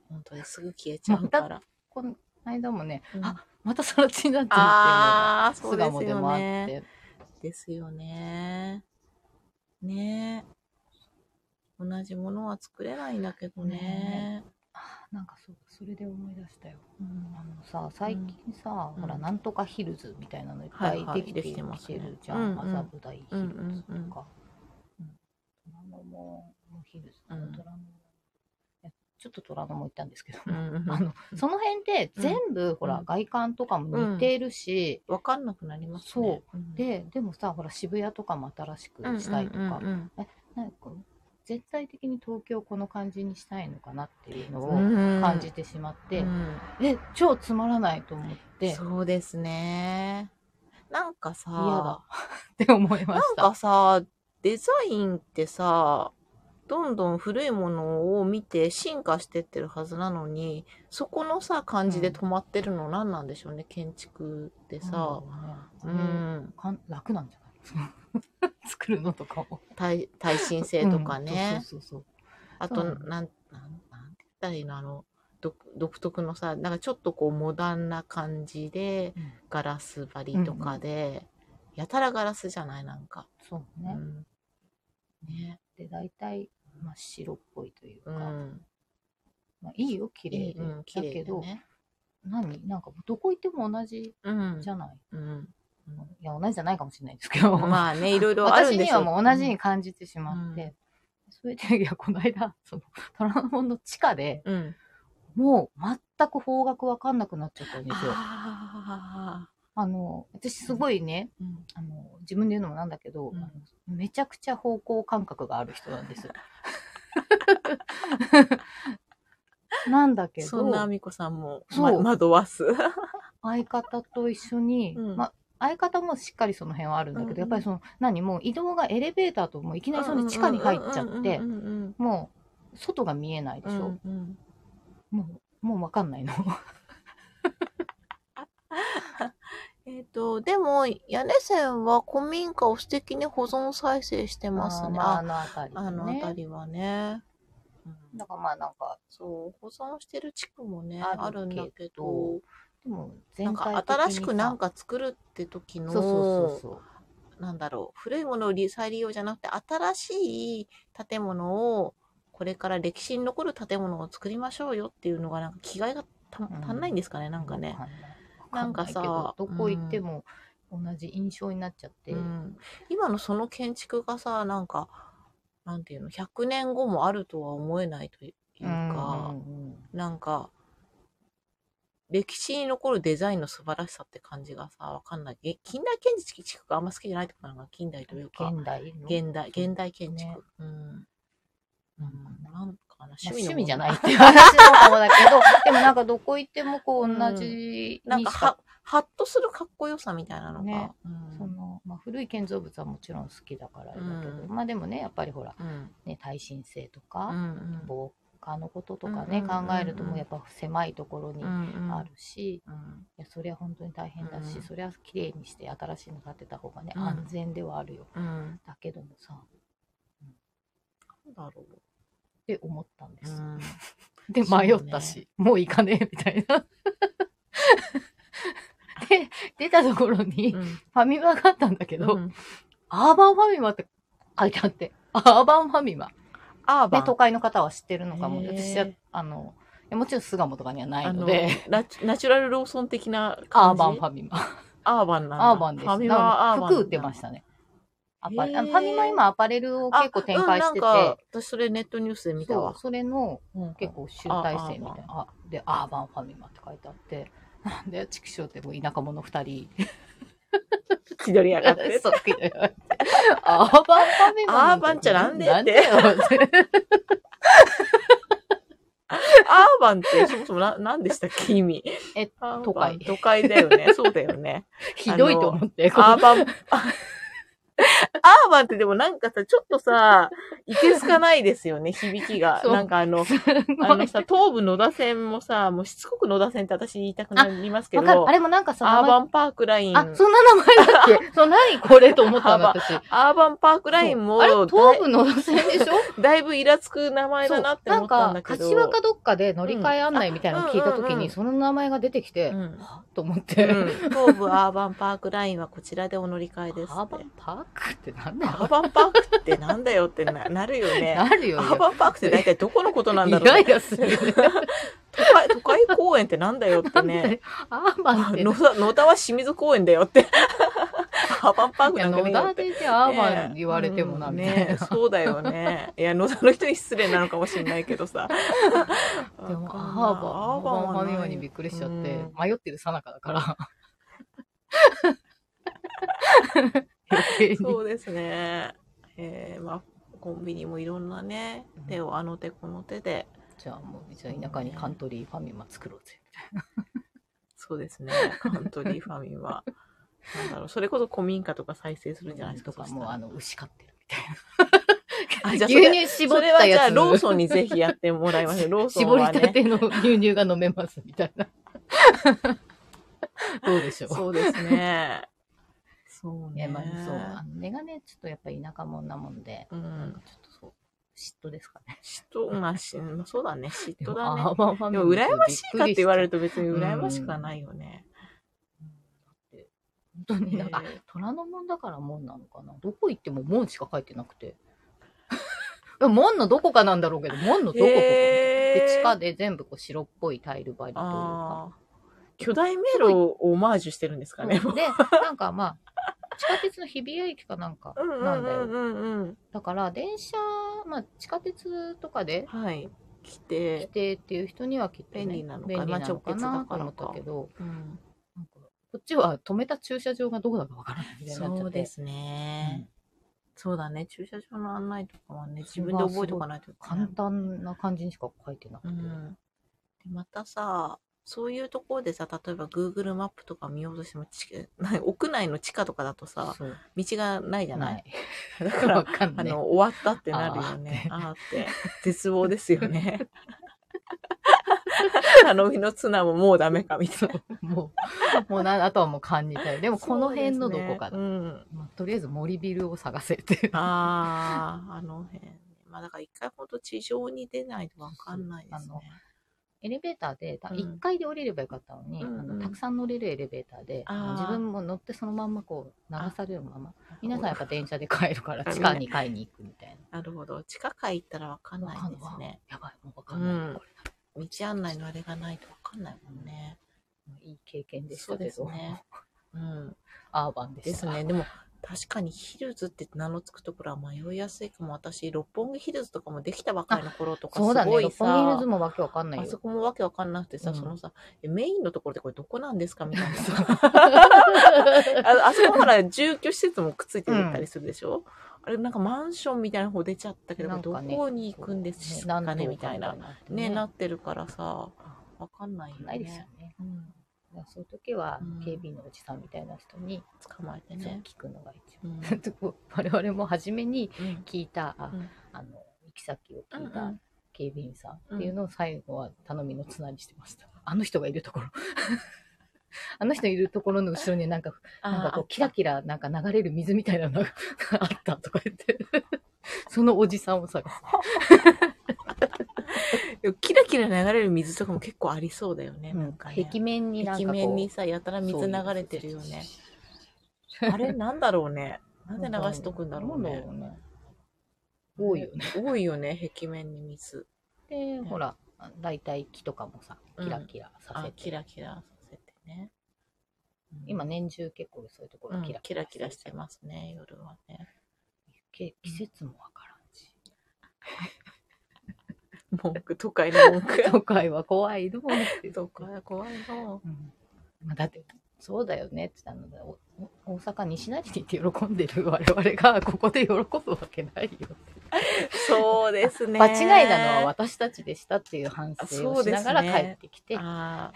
本当ですぐ消えちゃうから。
この間もね、
うん
あまたさら地になってる
ああ、
ってい
そうう
のが
で
巣鴨
す
で
よ
もあっ
ね。
て。
ですよね。ねえ。同じものは作れないんだけどね。
あなんかそうそれで思い出したよ。
うん
あのさ最近さ、
うん
ほら
うん
なんとかヒルズみたいなのいっぱ
はい
い
はい
できて
できてま
き
す
て
ね
るじゃ。
うんうんん
麻布台ヒルズとか、うん虎ノ門ヒルズ、
う
虎
ん
ノ門いやちょっと虎ノ門行ったんですけど。
うん
あのその辺って
うん
全部、ほら
うん
外観とかも似てるし、
わかんなくなりますね。うん、
ででもさほら渋谷とかも新しく
うんうんうんうん、
したいとか,、なんか絶対的に東京この感じにしたいのかなっていうのを感じてしまって、
うん
え超つまらないと思って嫌
そうですね。なんかさ、
だって思いま
な
し
ん
た。
かさ、デザインってさ、どんどん古いものを見て進化してってるはずなのに、そこのさ、感じで止まってるの何なんでしょうね、建築ってさ。う
なんだろうねあれ
ん。
かん楽なんじゃない 作るのとかも。
耐耐震性とかね。
そうそうそう
あと、
う
なん
ん、
なん、なんて言ったらいいのあの、独独特のさ、なんかちょっとこうモダンな感じで、
そう、うん
ガラス張りとかで、やたらガラスじゃないなんか。
そう
う
ね、
ん。ね。
で大体真っ白っぽいという
う
か、
ん。
まあ、いいよ綺麗で、
うん、綺
だ
麗
け
で
ど、
ね。
何なんかどこ行っても同じ
うん
じ。ゃない、
うん。
いや同じじゃないかもしれないですけど、
まあね、いろいろある
私
んで
に
すよ。
はもう同じに感じてしまって、
うん
それでいやこの間 その虎ノ門の地下で
うん。うん。
もう全く方角わかんなくなっちゃったんですよ。あ
ああ。
の私すごいね
うん。
あの自分で言うのもなんだけど、
うん
あのめちゃくちゃ方向感覚がある人な んです。なんだけど
そんなあみこさんも、
そう
ま、惑わす。
相方と一緒に、
うん
まあ相方もしっかりその辺はあるんだけど、
うんうん
やっぱりその何もう移動がエレベーターともういきなりその地下に入っちゃって、
うんうんうん
もう外が見えないで
う
し
ん
ょ、
うんうん
もうもう分かんないの
えっ、と、でも、屋根線は古民家を素敵に保存再生してますね。
あー
あ、
まああの辺り
あの
ね
辺りはね。うん
だからまあなんか
そう、保存してる地区もね、
ある
あるんだけ
けど
ど、
でも
な
全
ん
体的に
か新しくなん
か
か作るって時の、
そうそうそう
なんだろう、古いものをリ再利用じゃなくて、新しい建物をこれから歴史に残る建物を作りましょうよっていうのが、なんか気概がた足んないんですかね、なんかね。な
わかん
ん
な
か
い
さ
どこ行っても同じ印象になっちゃって、
うん、今のその建築がさ、なんか、なんていうの、100年後もあるとは思えないというか、
うん
なんか、歴史に残るデザインの素晴らしさって感じがさ、わかんない。え近代建築があんま好きじゃないとかなんか、近代というか、
現代の
現代、現代建築。
ね
うん。
うん
なんかな、
まあ
趣味の
趣味じゃ
問題
ないって いう話の方だけど、でもなんかどこ行ってもこう同じ
なん
に
か
しか、
は、はっとするかっこよさみたいなのが。
ね
うん
そのまあ、古い建造物はもちろん好きだからだけど、
うん
まあでもね、やっぱりほら、
うん。
ね、耐震性と
う
か、
ん
防火のこととかね、
うんうんうんうん
考えるともうやっぱ狭いところに
うん。うん
あるし、
うん
いやそれは本当に大変だし、
うん
それは綺麗にして新しいの建てた方がね、
うん
安全ではあるよ。
うん。
だけどもさ、っ
なんだろう。
て思ったんです。
うん
で、
そう
迷
ね
ったし、もう行かねえ、みたいな。 で、出たところにファミマがあったんだけど、
うん
アーバンファミマって書いてあって、アーバンファミマ。
アーバ
で、
ン。
都会の方は知ってるのかも。
へー
私は、あの、いやもちろん巣鴨とかにはな
あ
いの
の
で、
ナチュナチュラルローソン的な 感
アー
じ
バンファミマ。
アーバンなんだ。
アーバンです。
ファミ
な
マ
ん
は
か
アーバン。
服売ってましたね。アパ
へ
レ
ー
あのファミマ今アパレルを結構展開してて、
あうん、なんか、私それネットニュースで見た
そう
わ。
それの
うん
結構集大成みたいな。あで、アーバンファミマって書いてあって、なんで、畜生ってもう田舎者二人。
気取りやがって。
そうアーバンファミマ
アーバンじゃなんでって
よ。
アーバンって、そもそもな、何でしたっけ意味。
え
アーバン
都会
都会だよ ね。そうだよね。
ひどいと思って。この
アーバン、 あアーバンってでもなんかさ、ちょっとさ、いけすかないですよね、響きが。
そう
なんかあの、あのさ、東武野田線もさ、もうしつこく野田線って私言いたくなりますけ
わかる。
ど
あ、れもなんかさ、
アーバ
名
ンパークライン、
前あ、そんな名前だ っけそう、何これと思ったの、私。
アーバンパークラインも
あれ、
だい
東部の路線 でしょ
だいぶイラつく名前
そ
だ
う
なって
な
思
ん
ったん
か
だ、けど。
柏かどっかで乗り換え案内みたいなの聞いたと
うんあうん
き
うんう
に、
ん
その名前が出てきて、
うん
はぁと思っ
う
て。
ん、東武アーバンパークラインはこちらでお乗り換えですって。
アーバンパークってなんだ
アー
よ。
バンパークってなんだよってななるよね。
なるよ
ア
ね。
ーバンパークって大体どこのことなんだろ
イ
うね
ライラするよね。
都会都会公園ってなんだよってね。
アーバンって
野田野田は清水公園だよって。アーバンパーク
い
な
や
んかね
野
えよっ
田
て。
でじゃあアーバン言われてもな、
うん
みたい
ね
な。
そうだよね。いや、野田の人に失礼なのかもしれないけどさ。
で
わ
も、
かんない
アーバン、アーバンファミマにびっくりしちゃって、
うん
迷ってるさなかだから。余計に
そうですね。えー、まあ、コンビニもいろんなね
うん、
手をあの手この手で。
じゃあもう、じゃあ田舎にカントリーファミマ作ろうぜ。
そうですね。カントリーファミ は。なんだろう。それこそ古民家とか再生するんじゃないですか。
とか、
そした
もう
ら
あの、牛飼ってるみたい
あじ
な。
ゃあそれ
牛乳絞
そ
っ
れは
た
じゃ
や
あ、
つ。
ローソンにぜひやってもらいましょう。ローソン
絞り
は
た
ね。
ての牛乳が飲めますみたいな。どうでしょう。
そうですね。そう
い
ね。
やま あ、そう。あのメガネ、ちょっとやっぱり田舎もんなもんで、
う
なん
ん。
かちょっとそう、嫉妬ですかね。
嫉妬、まあ、しまあそうだね。嫉
で
妬
も
だね
ア。ーバンファミ
で
マ
も、羨ましいかって言われ
る
ると別に羨ましくはないよね。
本当に
え
なんか、
ー
虎の門だから門なのかなどこ行っても門しか書いてなくて。い や門のどこかなんだろうけど、門のどことか。
え
で、
ー
地下で全部こう白っぽいタイル張りというか
あ。あ。巨大迷路をオマージュしてるんですかね。
そうで、なんかまあ、地下鉄の日比谷駅かなんか
うんうん
なんだよ。
うんうんうん。
だから、電車、まあ、地下鉄とかで
はい。来
来
て、
てっていう人にはきっと、ね、
便利なのか
便利な
ま
のか
あ直
な
結
と
だから
思っ
か
たけど、
うん、
なんかこっちは止めた駐車場がどこだかわからないみたいになっちゃ
そ
っ
う
て。
ですね、そうだね。駐車場の案内とかはね、
そ
自
れ
分
が
で覚えておかないといけな
簡
い。
単な感じにしか書いてなく
う
て。
ん。で、またさ、そういうところでさ、例えば Google マップとか見ようとしても、地下 屋内の地下とかだとさ、
そう
道がないじゃない。
な
だ
い。
か
わ
ら、
かんな
あ
い。
の、終わったってなるよね。あーっ て。絶望ですよね。あの日のツナももうダメかみたいな。
もう、もうな、あとはもう感じたい。でも、この辺のどこかだ。
そうですねうん。
まあ、とりあえず森ビルを探せっていう。
ああ、あの辺。まあだから一回ほんと地上に出ないとわかんないですね。
エレベーターで、た
うん
1階で降りればよかったのに、
うんうん
あのたくさん乗れるエレベーターで、
あー
自分も乗ってそのまんまこう流されるまま、皆さんやっぱ電車で帰るから、地下に買いに行くみたい
なるほど。地下街行ったらわかん
な。
ない
わかん
で
ない
すね。
やばい、もうわかんない、
うん
こ
道案内のあれがないとわかんないもんね。
れいい経験でした
そう
け
です
ど、
ねうん。
アーバンでした。
ですね。でも、確かにヒルズって名の付くところは迷いやすいかも。私、六本木ヒルズとかもできたばかりの頃とか、
そうだ
す
ね、
ご
六
い
本木ヒル
さ
ズ、もわけわかんない
あ
よ
そ。こもわけわかんなくてさ、
うん
そのさ、えメインのところってこれどこなんですかみたいな。 あ
あ
あそこほら、住居施設もくっついてたりするでしょ、あれ、なんかマンションみたいな方出ちゃったけど、
なん
ど
かね
こに行くんですかね
何棟
みたいな。。ね、なってるからさ、わかんないよね。
ないですよね。
うん、
だからそういう時は
うん
警備員のおじさんみたいな人に、
捕まえて
そう
ね。
聞くのが 一
うん
番。我々も初めに
うん
聞いた、あ
うん
あの行き先を聞い
うんう
た
ん
警備員さんっていうのを最後は頼みの綱にしてました。あの人がいるところ。 あの人いるところの後ろになんかなんかこう、キラキラ、なんか流れる水みたいなのが あったとか言って、そのおじさんを探す。
でもキラキラ流れる水とかも結構ありそうだよね。なんかね、
壁面になんかこ
壁
う。
面にさ、やたら水流れてるよね。あれなんだろうね。な
そ
ん
う
で
いう。
流しとくんだろうね。
なんだろうね多いよね。
多いよね、壁面に水。
で、ほら、大体木とかもさ、キラキラさ
あ
せ、て。
キラキラさせてね。うん
今、年中結構そういうとこ
う
ろ
ん
キラ
キラキラして
す。
ますね、夜はね。
け季節もわからんし。
文句、都会の文句。
都会は怖いのって。
都会怖いの。
うんまあ、だってそうだよねって言ったのおお大阪西成に行って喜んでる 我々がここで喜ぶわけないよ
そうですね。
間違いなのは私たちでしたっていう反省をしながら
そうです
帰
ね
ってきて、
あ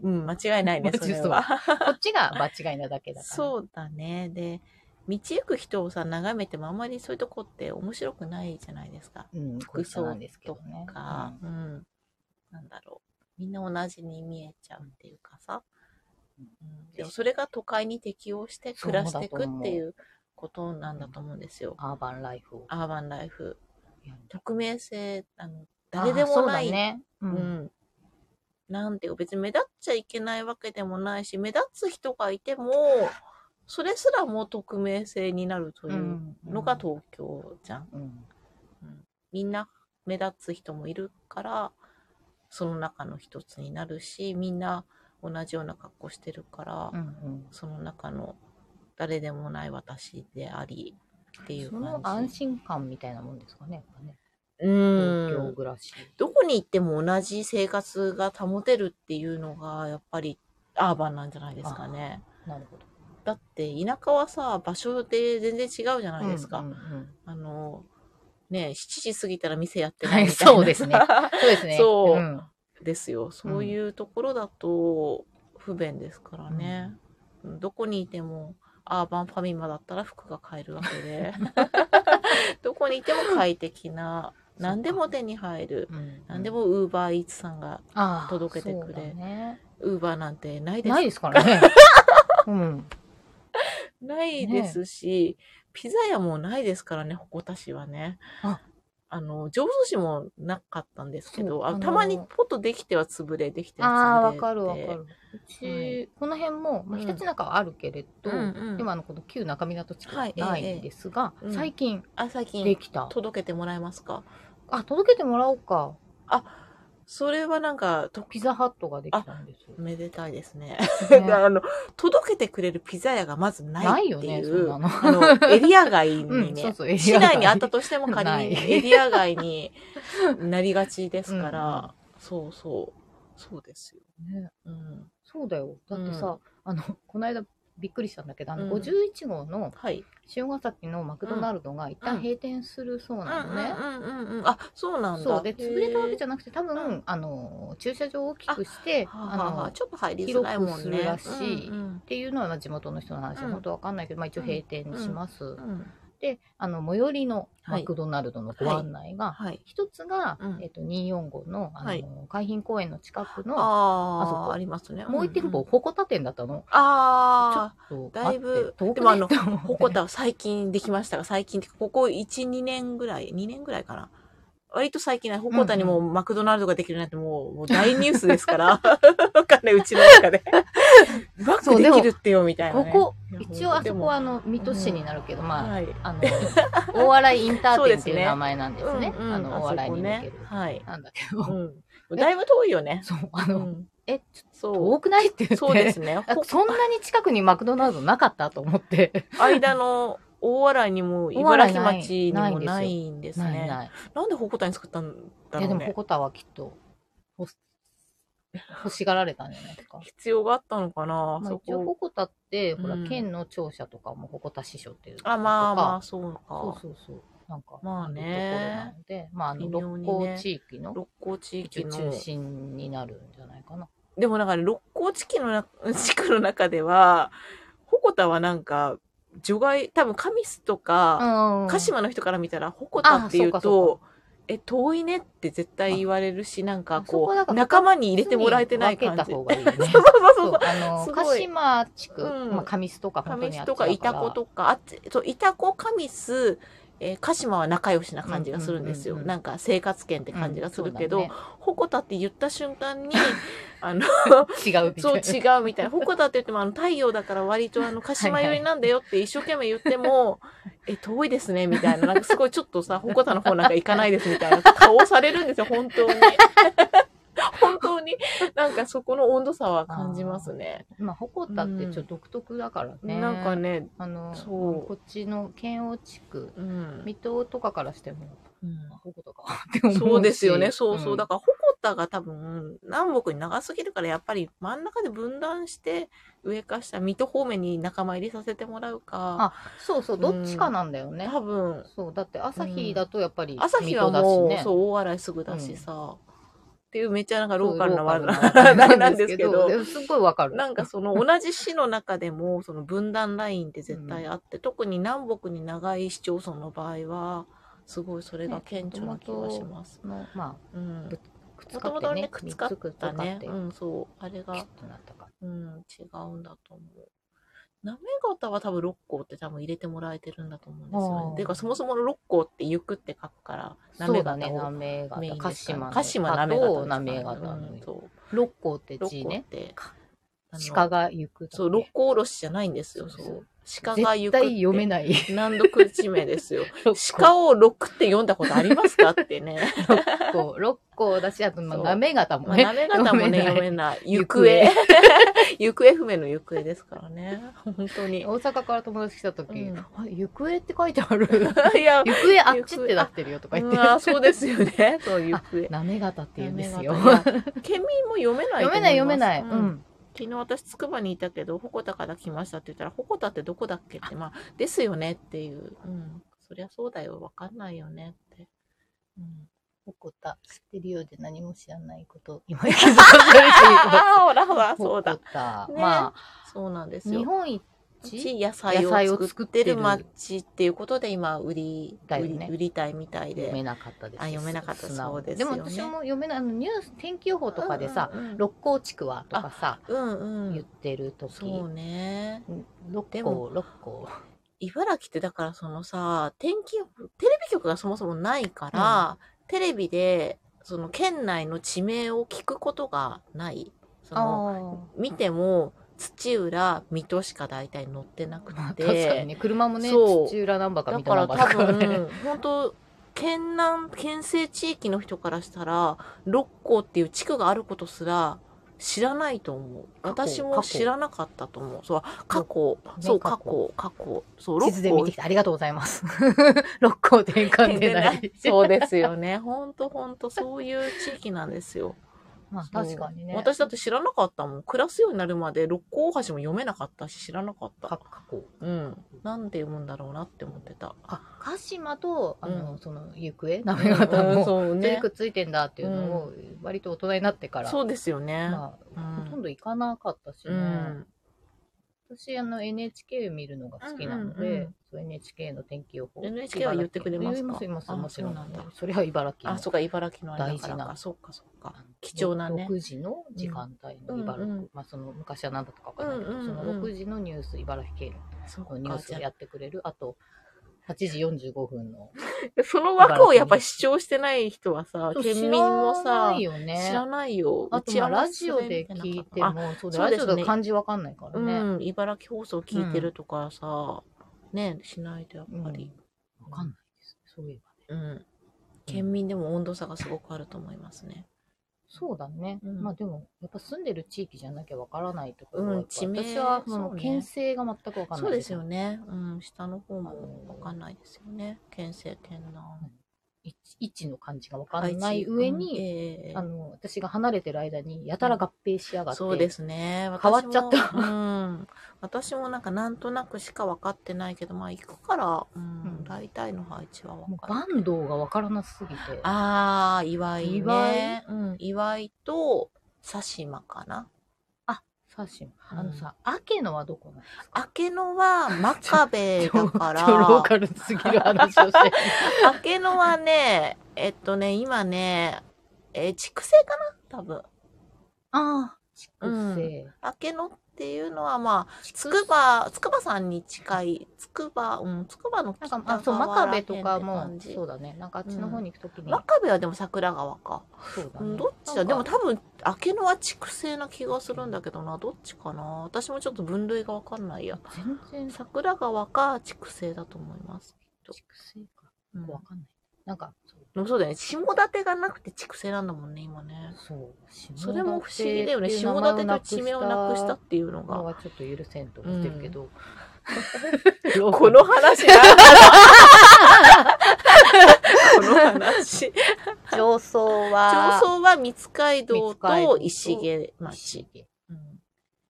ー うん、間違いないね、それは。
こっちが間違いなだけだから
そうだね。で、道行く人をさ、眺めてもあんまりそういうとこって面白くないじゃないですか。
う、ん、こう
服
一緒な
装
んですけ
と
どね
か、うん、なんだろう。みんな同じに見えちゃうっていうかさ。うん、でもそれが都会に適応して暮らしていくっていうことなんだと思うんですよ。
アーバンライフを
アーバンライフ。
やる
匿名性、あの、誰でもな
あそうだ
い。
ね、う
うんん。なんていうか、別に目立っちゃいけないわけでもないし、目立つ人がいても、それすらも匿名性になるというのが東京じゃん。
うんうん
みんな目立つ人もいるから、その中の一つになるし、みんな同じような格好してるから、
うんうん
その中の誰でもない私でありっていう
そ
感じ。
の安心感みたいなもんですかねやっぱね
う
東京
ん。
暮らし、
どこに行っても同じ生活が保てるっていうのが、やっぱりアーバンなんじゃないですかね。
なるほど
だって田舎はさ、場所で全然違うじゃないですか。
うんうんうん
あの、ねえ、7時過ぎたら店やってないみたいなさ。
はいそうで すねそうですね
そう
うん
ですよ。そういうところだと不便ですからね。どこにいても、アーバンファミマだったら服が買えるわけ で。どこにいても快適な、何でも手に入る。
うん
何でもウーバーイーツさんが
ああ
届けてくれ
そうだね、
ウーバーなんてないです
ないですから ね。うん。
ない
ね
ですし、ピザ屋もないですからね、鉾田市はね。
あ
あの、上手市もなかったんですけ
そう
ど、あ
あのー
たまにポッとできては潰れ、できては潰れ
ああ、わ
って
かるわか。る。うち、
はい
この辺も、ま
う
あ、
ん
ひたちなかはあるけれど、
うんうん
今のこの旧中港地区は
はい
ないんですが、
ええええうん
最近
あ、最
で
近、
きた。
届けてもらえますか
あ、届けてもらおうか。
それはなんか、と
ピザハットができたんですよ。
めでたいですね。
ね
あの、届けてくれるピザ屋がまず
な
ないい
よ
ってい
ね、そん
う、
な
あ
の。
の、エリア外にね、
うん、そうそう、エリア
市内にあった
と
としても仮に
ない
エリア外 になりがちですか
うんうん
ら、そうそう、そうですよ。
ね。
うん、
そうだよ。だってさ、
うん
あの、この間びっくりしたんだけど、あの、
うん
51号の
はい。
塩ヶ崎のマクドナルドが一旦閉店するそうなのね。
うんうんうんうん。あ、そうなんだ。
そうで潰れたわけじゃ
ゃ
なくて多分、
うん
あの駐車場を大きくしてあ
はあ、は
の
あ、
っ
ちょっと入りづらいもんね。
広くするらしい
うん
ていうのはまあ地元の人の話、
うん
本当わかんないけど、まあ、一応閉店にします、
うんうん
であの最寄りの
は
マ
い
クドナルドのご案内が、
はい。
一つが、
うん
えっと245のあの、
はい
海浜公園の近くの
あ
あそこ
あ、ありますね。
もう一店舗、
んん。
鉾田店だったの。
ああ、
ちょっと
だいぶ
待って
でもあ
遠
の
くねと思って
鉾田は最近できましたが、最近って、ここ1、2年ぐらい、2年ぐらいかな。割と最近ね、ほこたにもマクドナルドができるなんてもう、もう大ニュースです から。わかんない、うちの中で。バッ
そう
ク
で
で
も
きるってよ、みたいな、
こ
ね。
こ
いや、
一応あそこはあの、水戸市
うん
になるけど、まあ、
はい。
あの、大洗インター
そうで
店っ
す
て
ね
いう名前なんですね。
うんうん
あの、大
そこ
洗に抜ける。
はい。
なんだけ
う
ど、
ん。だいぶ遠いよね。
そう、あ
う
の、
ん。
え、
そ
多くないって言
う。
っ
そうで
て
す。ね。
あ
ほ
そんなに近くにマクドナルドなかったと思って。
間の大洗にも、
大洗
茨城町にも
な
ないいんです
な
ね。
いない。
なんでほこたに作ったんだろ
いや、
う
でも、
ね
こ。こたはきっと、ほ欲しがられたんじゃないですか。
必要があったのかな、
まあ、
そ
一応、
こ。
ここたって、ほら
う、ん
県の庁舎とかも、ここた師匠っていう。
あ、まあまあ、
あ。
そうか。
そうそうそう。なんか、
まあね
いるところなので、まあ、あの、
微妙
六
にね
甲地域の、
六甲地
一
域
応
の。
中心になるんじゃないかな。
でもなんかね、六甲地区のな地区の中では、鉾田はなんか、除外、多分神栖とか、
うん
鹿島の人から見たら、鉾田っていう
あそ
と、え、遠いねって絶対言われるし、なんか
あそこ
こ
はだか
う、
ら
仲間に入れてもらえてない感じ。
分
そう
けた方がいい
そ
ね。
うそう
そ
そう
う、。あ
す
の、
ごい
鹿島地区、
うん
まあ、上須とか本当
神
に
栖
あっちだ
と
か
からイタコとか、あっち、そう、イタコ、神栖、えー鹿島は仲良しな感じがするんですよ。
うんうんうんう
な
ん
んか生活圏って感じがするけど、
うん
鉾田って言った瞬間に、あの、
そうだね違うみたい
そう違
な。
うみたいな。鉾田って言っても、あの、太陽だから割とあの、鹿島寄りなんだよって一生懸命言って も、え、遠いですね、みたいな。なんかすごいちょっとさ、鉾田の方なんか行かないですみたいな顔されるんですよ、本 当に。本当に。なんかそこの温度差は感じますね。
まあ、鉾田ってちょっと独特だからね。
なんかね、
あの、
そう
こっちの県央地区、
うん。
水戸とかからしても、
うん
あ鉾田かって思うし。
そうですよね、そうそう。だ
だ
から、鉾田が多分、南北に長すぎるから、やっぱり真ん中で分断して、上か下、水戸方面に仲間入りさせてもらうか、
そうそう、どっちかなんだよね。
多分、
そう、だって朝日だとやっぱり
朝日
水
は
戸だし
もう、
ね。
そう、大洗すぐだしさ、っていうめっちゃなんかロ
そう
ーカルな
ロ
話
ーカルな
題 なんですけど、
でもすっごいわかる。
なんかその同じ市の中でも、その分断ラインって絶対あって、特に南北に長い市町村の場合は、すごいそれが顕著な気がします。
その、ま
うん
あ、ぶ。くっつ
も
か
とも
って
と
ね
ね、、くっつか
くっ
っ
つ
た
かって
ね。
き
うん、そう。あれ
っ
が、
となったか。
うん、違うんだと思う。なめ方は多分六甲って多分入れてもらえてるんだと思うんですよ
あー
ね。ていうか、そもそもの六甲って行くって書くから、な
そ
め
うだ
方
ね、
を
なめ
メイン
型。鹿
ですから
島
ね
の
鹿島なめ
と
方
なめ型
う
の
ん、そう
六甲って
六
字
甲っ
ね。
てあの
鹿が行くだね。
そう六甲おろしじゃないんですよ
そ
そうう
そう
鹿が行
絶
くって
対読めない。
難読地名ですよ
六
鹿を六って読んだことありますかってね
甲。六甲だし、あと、まあ、
そう
なめ型
ま
も
あ
ね。
なめ方もね
読
読
め
め ない
行
行
方
方 行方不明の行方ですからね本当に
大阪から友達来た時、
うん
あ行方って書いてある。
いや
行方あっちってなってるよとか言
う
って。
わそうですよね そう行方
なめ型って言うんですよ。
なめ
読
方いや県民も読めないと思
めない
い
読
ます
めない。う
うん
ん。
昨日私つくばにいたけど鉾田から来ましたって言ったら鉾田ってどこだっけってまあですよねっていう、うん、そりゃそうだよわかんないよねって、う ん、
おこた、知ってるようで何も知らないこと、今気づか
ああほらほら
されて い
そうだ
鉾田
ね
まあ、
そうなんです
日
よ
本一
地野菜
野菜
を
を作
作
っ
ってて
る
る町っていうことで今売り
だよね
売り売りたいみたいで
読めなかったです。
あ読めなかった
素直
そうです
で
よ
も
ね
私も読めない、あのニュース、天気予報とかでさ、
うんうん
六甲地区はとかさ、
うんう
言
ん
ってる時
そうね
六
で
甲
も、
六甲。
茨城ってだからそのさ天気予報テレビ局がそもそもないから、テレビでその県内の地名を聞くことがないその見ても土浦水戸しか大体載ってなく
まあ
て、
確かにね、車もね、
そう
土浦ナンバーか
だ
水戸
から
ナンバ
多
ーだからね。
分本当県南県西地域の人からしたら六甲っていう地区があることすら知らないと思う
過去
私
過
も
去
知らなかったと思うそう過去、
ね
そう
過
過
去
去過去そう
地図で見て
六
きてありがとうございます。 六甲転換でな
転換
い。
そうですよね本当本当そういう地域なんですよ
まあ確かにね。
私だって知らなかったもん暮らすようになるまで六甲大橋も読めなかったし知らなかった
か過去。
うんなんて読むんだろうなって思ってた
あ、鹿島と、あの、
うん
その、行方、なめ方
うん
も、
そう
全
ね
くついてんだっていうのを、割と大人になってから、
そうですよね、
まあ、
うん
ほとんど行かなかったしね。
うん
私、あの、NHK 見るのが好きなので、
うんうんうん
そう NHK の天気予報。
NHK は言ってくれますか
言います、言います、
あ
もちろん。
そうなんだ
それは茨城の。
あ、そうか、茨城のあれだ
大事
から
な
か。そうか、そうか。貴重なね
6時の時間帯の茨城、
うんうん
まあその昔は何だったかわかんないけど、
うんうんうん
その6時のニュース、茨城系
そう
のニュースをやってくれる、あと、 8時45分の。
その枠をやっぱ視聴してない人はさ、県民も
知
さ
らない、よね。
知らないよ。
あと、まあ、ラジオで聞いても、そうだよ、ラジ
そうですね
オだと漢字わかんないか
あ
ら
う
ね。
ん、茨城放送聞いてるとかさ、ね、しないとやっぱり。
わかんないです。そういえばね。
うん。県民でも温度差がすごくあると思いますね。
そうだね。
うん
まあでも、やっぱ住んでる地域じゃなきゃわからないとこ
うん
ろは、
地名
私はその
そうね
県政が全くわかんない。
そうですよ。ね。うん、下の方もわかんないですよね。県政、県南。
位置の感じがわかんない上
うん
に、
ええ
あの、私が離れてる間に、やたら合併しやがって。
そうですね。
変わっちゃった
私もうん。私もなんかなんとなくしか分かってないけど、まあ行くから、うん、
うん
大体の配置は分
も
か
う
る。
坂東がわからなすぎて。
ああ、岩井ね
岩。
うん、岩井と、佐島かな。
サシ
うん
あのさ、アケノはどこなの
明けの は真壁だか ら、
超ローカルすぎる話をして。
明けのはね、えっとね、今ね、えー、畜生かな多分。
ああ、畜生。
明けのっていうのは、まあ、つくば、つくばさんに近い、つくば、うん、つくばの
な
北
んか
側、
あ、そう、真壁とから
へん
も
って感、じ
そうだね。なんかあっちの方に行くときに、
真壁はでも桜川か。
そうだ
う
ね。
んどっちだで
なん
も
か、
多分、明けのは畜生な気がするんだけどな。どっちかな私もちょっと分類がわかんないや。
全然さ、
桜川か畜生だと思います。
畜生か。
うん
わかんない。なんか、そう。
でもそうだよね。下館がなくて畜生なんだもんね、今ね。
そう
それも不思議だよね。下館と地名をなくしたっていうの
の
が。
はちょっと許せんと思ってるけど。ローカル
この話なんだこの話。
上層は
上、層 は三街道
三街道
と
と
石毛
石
町。
毛
うん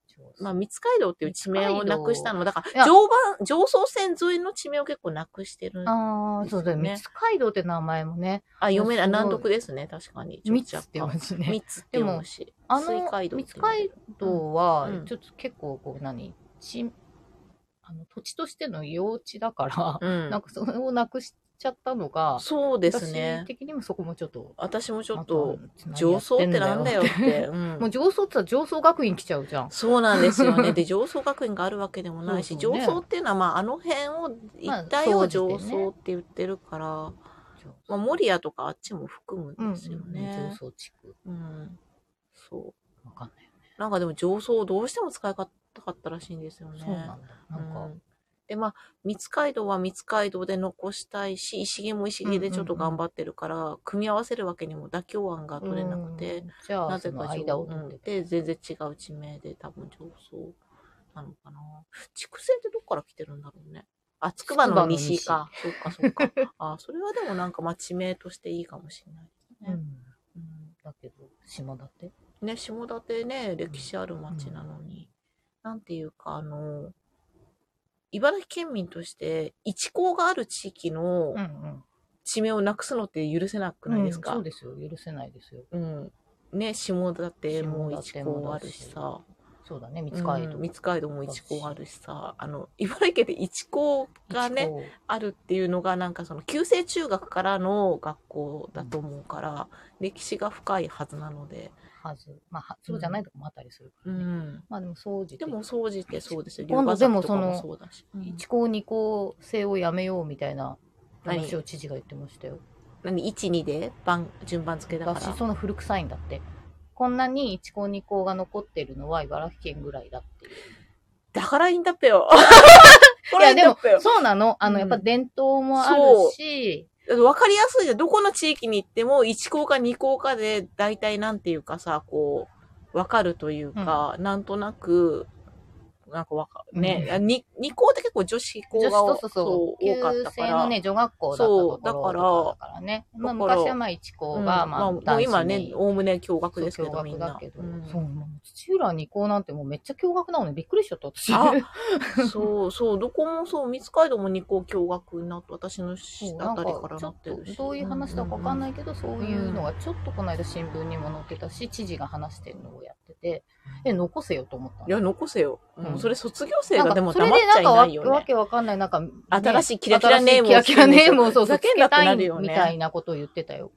上層
まあ、三街道っていう地名をなくしたのも、だか
い
ら
や
常磐、上層線沿いの地名を結構なくしてる。あ、
ああ、そうだよね。
で
三つ街道って名前もね。
読めない。
すごい
難読ですね、確かに。
三つって
読
読
む。
むしね。
三つって読むし。
あの、
水
三
街道って
つ
読む
街道は
うん、
ちょっと結構、こう何、ち、あの、土地としての用地だから、
うん
なんかそれをなくしちゃったのが、
そうですね
私。的にもそこもちょっと、
私もちょっ
ま
と、
た
上層ってなんだよっ。
何や
て。
ん
う
もうん上層ってさ、上層学院来ちゃうじゃん。
そうなんですよ ね。で、上層学院があるわけでもないし、
そうそう
上
ね
層っていうのは、まあ、あの辺を、一帯
ま
を
あそう
上
ですよね
層って言ってるから、まあ、守谷とかあっちも含む
うんん、
ですよ
上
ね。
層地区。
うん。そう。
わかんないよね。
なんかでも上層をどうしても使いたかったらしいんですよね。
そうなんだ。なん
う
か、
んで、まあ、三街道は三街道で残したいし、石毛も石毛でちょっと頑張ってるから、組み合わせるわけにも妥協案が取れなくて、
うん、じゃ
な
あ、
ぜ
そ
か
の
上
間を取って
で、全然違う地名で多分上層なのかな。畜生ってどっから来てるんだろうね。あ、つくばの西か。そっかそっか。あ、それはでもなんかまあ地名としていいかもしれないですね。
うん
うん
だけど、島だって。
ね、下館ね、歴史ある町なのに、なんていうか、あの、茨城県民として、一校がある地域の
うんうん。
地名をなくすのって許せなくないですか、
うん
う、
そうんですよ。許せないですよ。
ね、下館も
下
一
館
校
も
あ
だし
るしさ、
そうだね、三
う
つ
ん
街道。
三街道も一校あるしさ、あの、茨城県で一校がね、
一
あるっていうのが、なんかその、旧制中学からの学校だと思うから、歴史が深いはずなので、
個はず。まあ、はそうじゃないとこもあったりするか
う
らね。
ん。
まあでも、掃除
でも、総じてそうですよ。
今度でも
龍河崎とかそうだし。うん
一校二校制をやめようみたいな話を知事が言ってましたよ。
何 ?1、2で番、順番付けだ
だ
か
し
ら、。
その古臭いんだって。こんなに一校二校が残ってるのは茨城県ぐらいだっていう。
だからいいんだっぺよ。 こ
い
れ
や、
いいん
で
だ
も
っぺよ、。
そうなの。あ
うん
の、やっぱ伝統もあるし、
わかりやすいじゃん。どこの地域に行っても、1校か2校かで、大体なんていうかさ、こう、わかるというか、なんとなく、なんかわか、ね、
う
2、二校って結構女子校
女
が
子とそう
そ
そうう、
多かっ
旧
たか
制
ら。
のね、女学校だった
そう
ところだからね。まあ
だから
昔はまあ一校
うんま
が、ま
あ、
あ、
も
男
う今
子
ね
に、
おおむね共学
そう
ですけど、
共
みん
学
な
だけ。ど、
うん
そう、もう土浦二高なんてもうめっちゃ驚学なのね。びっくりしちゃった、私。
あそうそう、どこもそう、三街道も二校共学になって、私の
そ
下
うなん
あ
か
たりから
ち
な
ょっ
ってる
と
し。。
どういう話だかわかんないいけど、そういうのがちょっとこの間新聞にも載ってたし、知事が話してるのをやってて、え、残せよと思っ
い
た
や、残せよ。うん
うん
それ卒業生
なん
が
か
でも
それ
黙っ
で
ちゃ
な
い
ん
な
かわ
いよ
わ
ね。
けわかんない、なんか、ね
新しいキラキラネームを
新しいキラキラネームをそう、
ふざ
ふ
けんな
け
って
た
ないるよね
みたいなことを言ってたよ。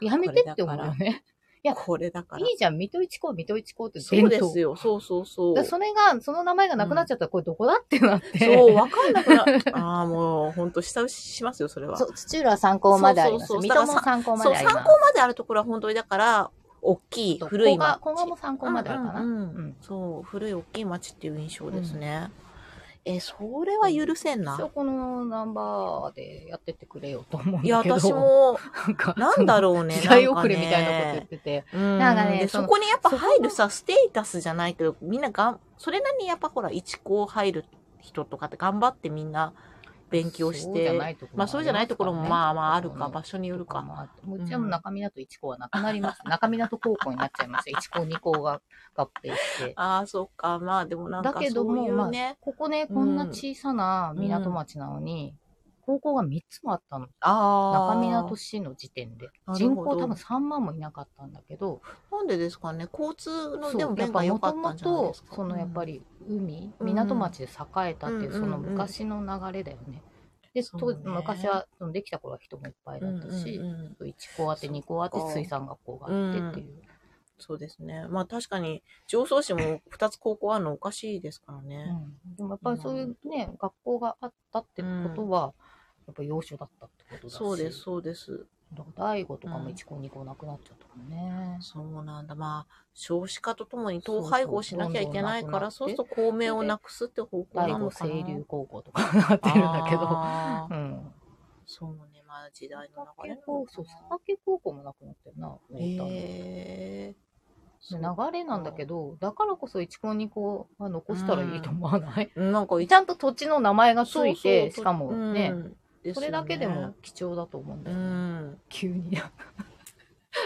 やめてって思うよね。や
これだから
いいじゃん、水戸一高、水戸一高って伝
そう
統。
ですよそうそうそう
でそれが、その名前がなくなっちゃったら、これどこだってなって。
そう、わかんなくな、ああ、もう、ほんと、下打ちしますよ、それは。
そ、
そう
土浦参考まであります。
そうそうそう
水戸も参考
う、
まであ
参
り
考
ます。
まであるところは本当に、だから、大きい、古い
古
町。
賀古賀も参考まであるかな。
う
うん
うん
ん、
うんそう、古い大きい町っていう印象ですね。え、それは許せんな。
一応このナンバーでやってってくれよと思うんだけど。
いや、私も、
なんか、
なんだろう ね。
時代遅れみたいなこと
んか
言っ
ね
てて。
うん
なんかね
で
そ
そ
の
こにやっぱ入るさ、ステータスじゃないけど、みんながん、それなりにやっぱほら、一校入る人とかって頑張ってみんな勉強し
そうじゃな
て、
いところも
まあそうじゃないところもまあまああるか、場所による
るか
か。
もあって。もううちはもう中港一高はなくなりました。中港高校になっちゃいました。一高二高が合併して。
ああ、そっか。まあでもなんか
だけ
そ
ど
う
も
いう
まあ
ね。
ここね、こんな小さな港町なのに、高校が3つもあったの。
あ
中
あ。
港市の時点で
なるほど
人口多分3万もいなかったんだけど
なんでですかね。交通の、
そう
でも
やっ
便
ぱ
が良
も
か
と
った
も
んじゃないで
と
すか。
そのやっぱ
り。
り海、
うん
港町で栄えたっていう
うん
その昔の流れだよね。で、
そ
と
うね
昔はそのできた頃は人もいっぱいだ
う
っ
ん
た
うん
し、
うん
1校あっ
そ
て
っか
2校あって水産学校があってっていう。
そうですね。まあ確かに、上層市も2つ高校あるのおかしいですからね。
うんでもやっぱりそういうね、学校があったってことは、やっぱ要所だったってことだし、
そうです、そうです。
だから大悟とかも1校2校なくなっちゃったもんね。
そうなんだ。まあ、少子化とともに統廃合しなきゃいけないから、そ
そうう
す
そう
ると公明をなくすって方向
大
なの
悟
か
清
な。
流高校とかなってるんだけど。
あ
う
ー
ん。
そうね、まあ時代の流れ
佐竹高校、そう、佐竹高校もなくなったよな、大分の
へえ
で流れなんだけど、だからこそ1校2校は残したらいいと思わない、
なんか
ちゃんと土地の名前が
と
ついて、しかもね、
で
それだけでも。貴重だと思うんだ
う
よね。
ん。
急に。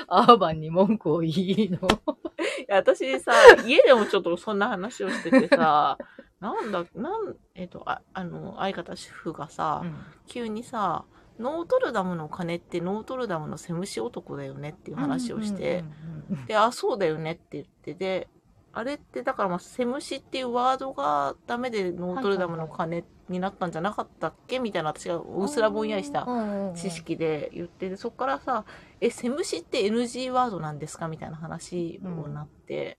アーバンに文句を言いの。
いや私さ、家でもちょっとそんな話をしてて さ、なんだ、なん、えっと、ああの、相方主婦がさ、急にさ、ノートルダムの鐘ってノートルダムのセムシ男だよねっていう話をして、
うん
で、あ、そうだよねって言って、で、あれってだからまあ、セムシっていうワードがダメでノートルダムの鐘になったんじゃなかったっけみたいな私がうっすらぼんやりした
うんうんうん
知。識で言ってて、そこからさ、え、セムシって NG ワードなんですかみたいな話をなって、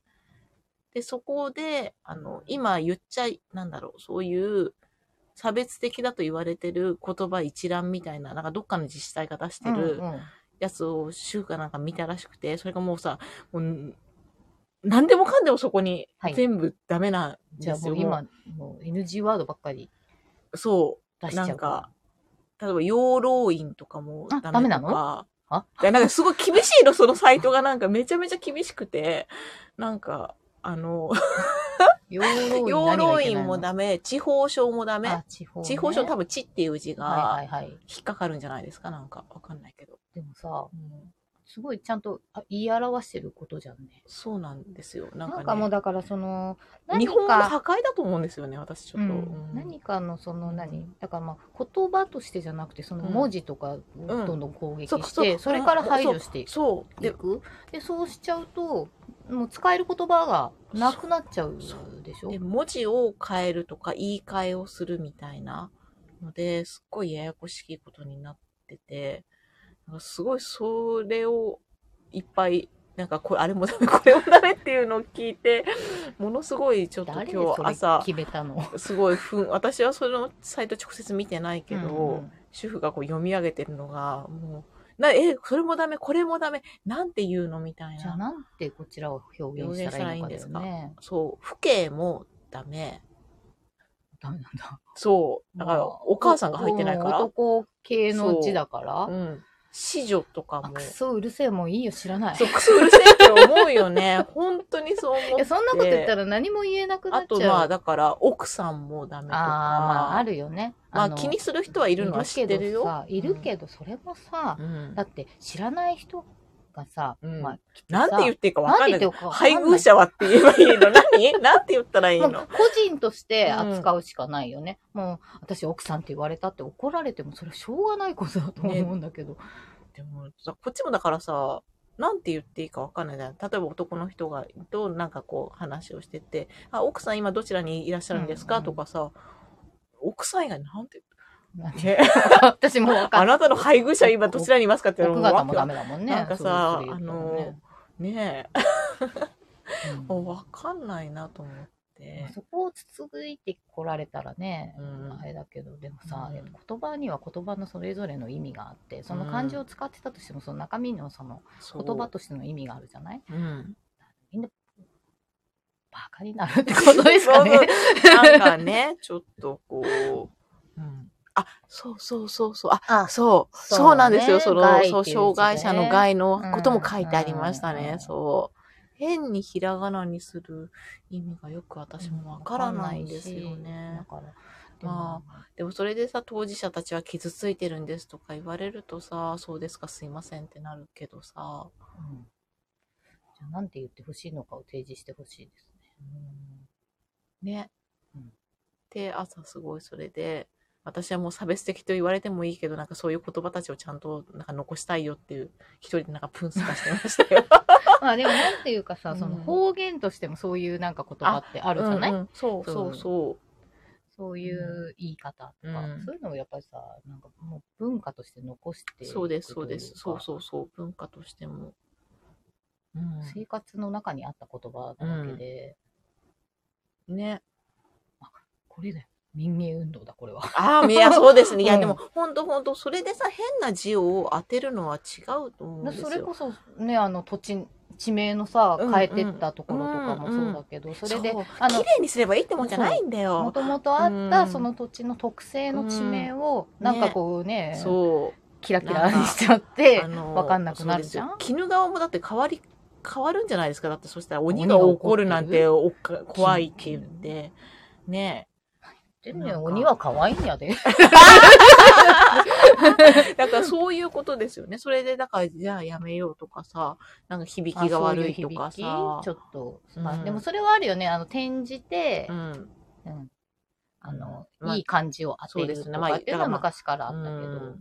で、そこで、あの、今言っちゃい、なんだろう、そういう、差別的だと言われてる言葉一覧みたいな、なんかどっかの自治体が出してる、
うんうん
やつを主婦かなんか見たらしくて、それがもうさ、もうん何でもかんでもそこに
はい
全部ダメなん
じゃ
で
あ
す
も
よ。
う今、もう NG ワードばっかり
そ
出
う。
しちゃ
な
うんから
か、例えば養老院とかもダメとか。
あダメなのあ
いやなんかすごい厳しいの、そのサイトがなんかめちゃめちゃ厳しくて、なんか、あの、
養老院何
養
が
老
いけない
院
の
もダメ、地方症もダメ、
あ地方ね、
地方症多分地っていう字
は
が
いはいはい。
引っかかるんじゃないですか、なんかわかんないけど。
でもさ、
うん
すごいちゃんとあ言い表してることじゃんね。
そうなんですよ。な
なんん
か,、ね、
かもうだからその、何
日本の
か、
破壊だと思うんですよね、私ちょ
う
っと。
ん、何かのその
う
何、だからまあ言葉としてじゃなくて、その文字とかを
うん
どんどん攻撃
そう
し
そう
て、それから排除していく。
そう。で、
で、そうしちゃうと、もう使える言葉がなくなっちゃうでしょ
で文字を変えるとか言い換えをするみたいなので、すっごいややこしいことになってて、なんかすごいそれをいっぱい、なんかこれ、あれもダメ、 これもダメっていうのを聞いて、ものすごいちょっと
誰で
今日
それ
朝、
決めたの
すごいふん、私はそのサイト直接見てないけど、
うんうん
主婦がこう読み上げてるのが、もう、な、え、それもダメ、これもダメ、なんて言うのみたい
じゃあ
な。
なんてこちらを表現したらいいのかだよね。
そう、父兄もダメ。
ダメなんだ。
そう。だから、お母さんが入ってないか
うん
ら。
男系の字だか
う
ら。
ん。子女とか
あ、
も
く。そうるせえ、もういいよ、知らない。
そう、クソうるせえって思うよ ね。本当にそう思
いや、
う。
そんなこと言ったら何も言えなくな
あ
っちゃう。
と、まあ、だから、奥さんもダメ
あー、
とか。
まあ、あるよね。
まあ
の
気にする人はいるのは知ってるよ。
いるけどさ、いるけど、それもさ
う、ん
だ。って知らない人がさ、
うん
まあ、
なんて言っていいかわかんない
なんて言っていいか。わかん
配
ない
偶者はって言えばいいの。 何なんて言ったらいい
まあ
の
個人として扱うしかないよね。もう、私奥さんって言われたって怒られても、それはしょうがないことだと思うんだけど。
でもさ、こっちもだからさ、なんて言っていいかわかんないじゃん。例えば男の人が、となんかこう話をしてて、あ、奥さん今どちらにいらっしゃるんですか、
うんうん
とかさ、奥さん以外なんて、
なんて
ね、
私もわか
あ
んな
な
い。
たの配偶者今どちらにいますかって言
奥
わ
方
け
もダメだもんね。
なんか
そう
さ
いう、人
あ
もね
の、ねえ、
うん
もうわかんないなと思って
まあ。そこをつつぐいてこられたらね、
うん
あれだけどでもさ、
うん
やっぱ言葉には言葉のそれぞれの意味があってその漢字を使ってたとしてもその中身のその
そう
言葉としての意味があるじゃ ない
うん。
バカになるってことですか
そう
ね。
なんか ね、ちょっとこう、うん。あ、そうそうそうそう。あ、
あ
そう、
そう
そうなんですよ。
ね
その、
害
そう、
っていう字でね
障害者の害のことも書いてありました
うんうん
ね。
うん
そう。変にひらがなにする意味がよく私もわからないんですよ
だ
ね。
から
までもそれでさ、当事者たちは傷ついてるんですとか言われるとさ、そうですか、すいませんってなるけどさ。
うんじゃあなんて言ってほしいのかを提示してほしいですね。
ね。
うん
で、朝すごいそれで、私はもう差別的と言われてもいいけど、なんかそういう言葉たちをちゃんとなんか残したいよっていう、一人でなんかプンスカしてましたよ。
まあでもなんていうかさ、
うん
その方言としてもそういうなんか言葉ってあるじゃない、
うんうんそうそうそ
そういう言い方とか、
うん
そういうのをやっぱりさ、なんかもう文化として残して
う。
いく
そうです、そ
というか
です。そうそうそう。文化としても。うん
生活の中にあった言葉なわけで、
ね。
これだよ。民芸運動だ、これは。
ああ、いや、そうですね。いや、
うん
でも、ほんとほんと、それでさ、変な字を当てるのは違うと思うんですよ。
それこそね、あの土地、地名のさ、
うん
変えてったところとかもそうだけど、それで
そう、
あ
綺
の、
麗にすればいいってもんじゃないんだ
も
よ。
ともとあっ
う
た
ん
その土地の特性の地名を、なんかこうね
そう。
キラキラにしちゃって
あ、の
わかんなくなるじゃん
そうですよ鬼怒川もだって変わり、変わるんじゃないですか。だってそしたら鬼
鬼
が
が
怒
怒
る
る
なんておっか怖いって言って。ね
でね、鬼は可愛いんやで。
え。だからそういうことですよね。それで、だからじゃあやめようとかさ、なんか響きが悪いとかさ
あ。そういう響きちょっと、
うん
まあでもそれはあるよね。あの、転じて、
うん。
うんあの、
まあ
いい感じを当てるとかっていうのは昔からあったけ
う
ど
ん。
そう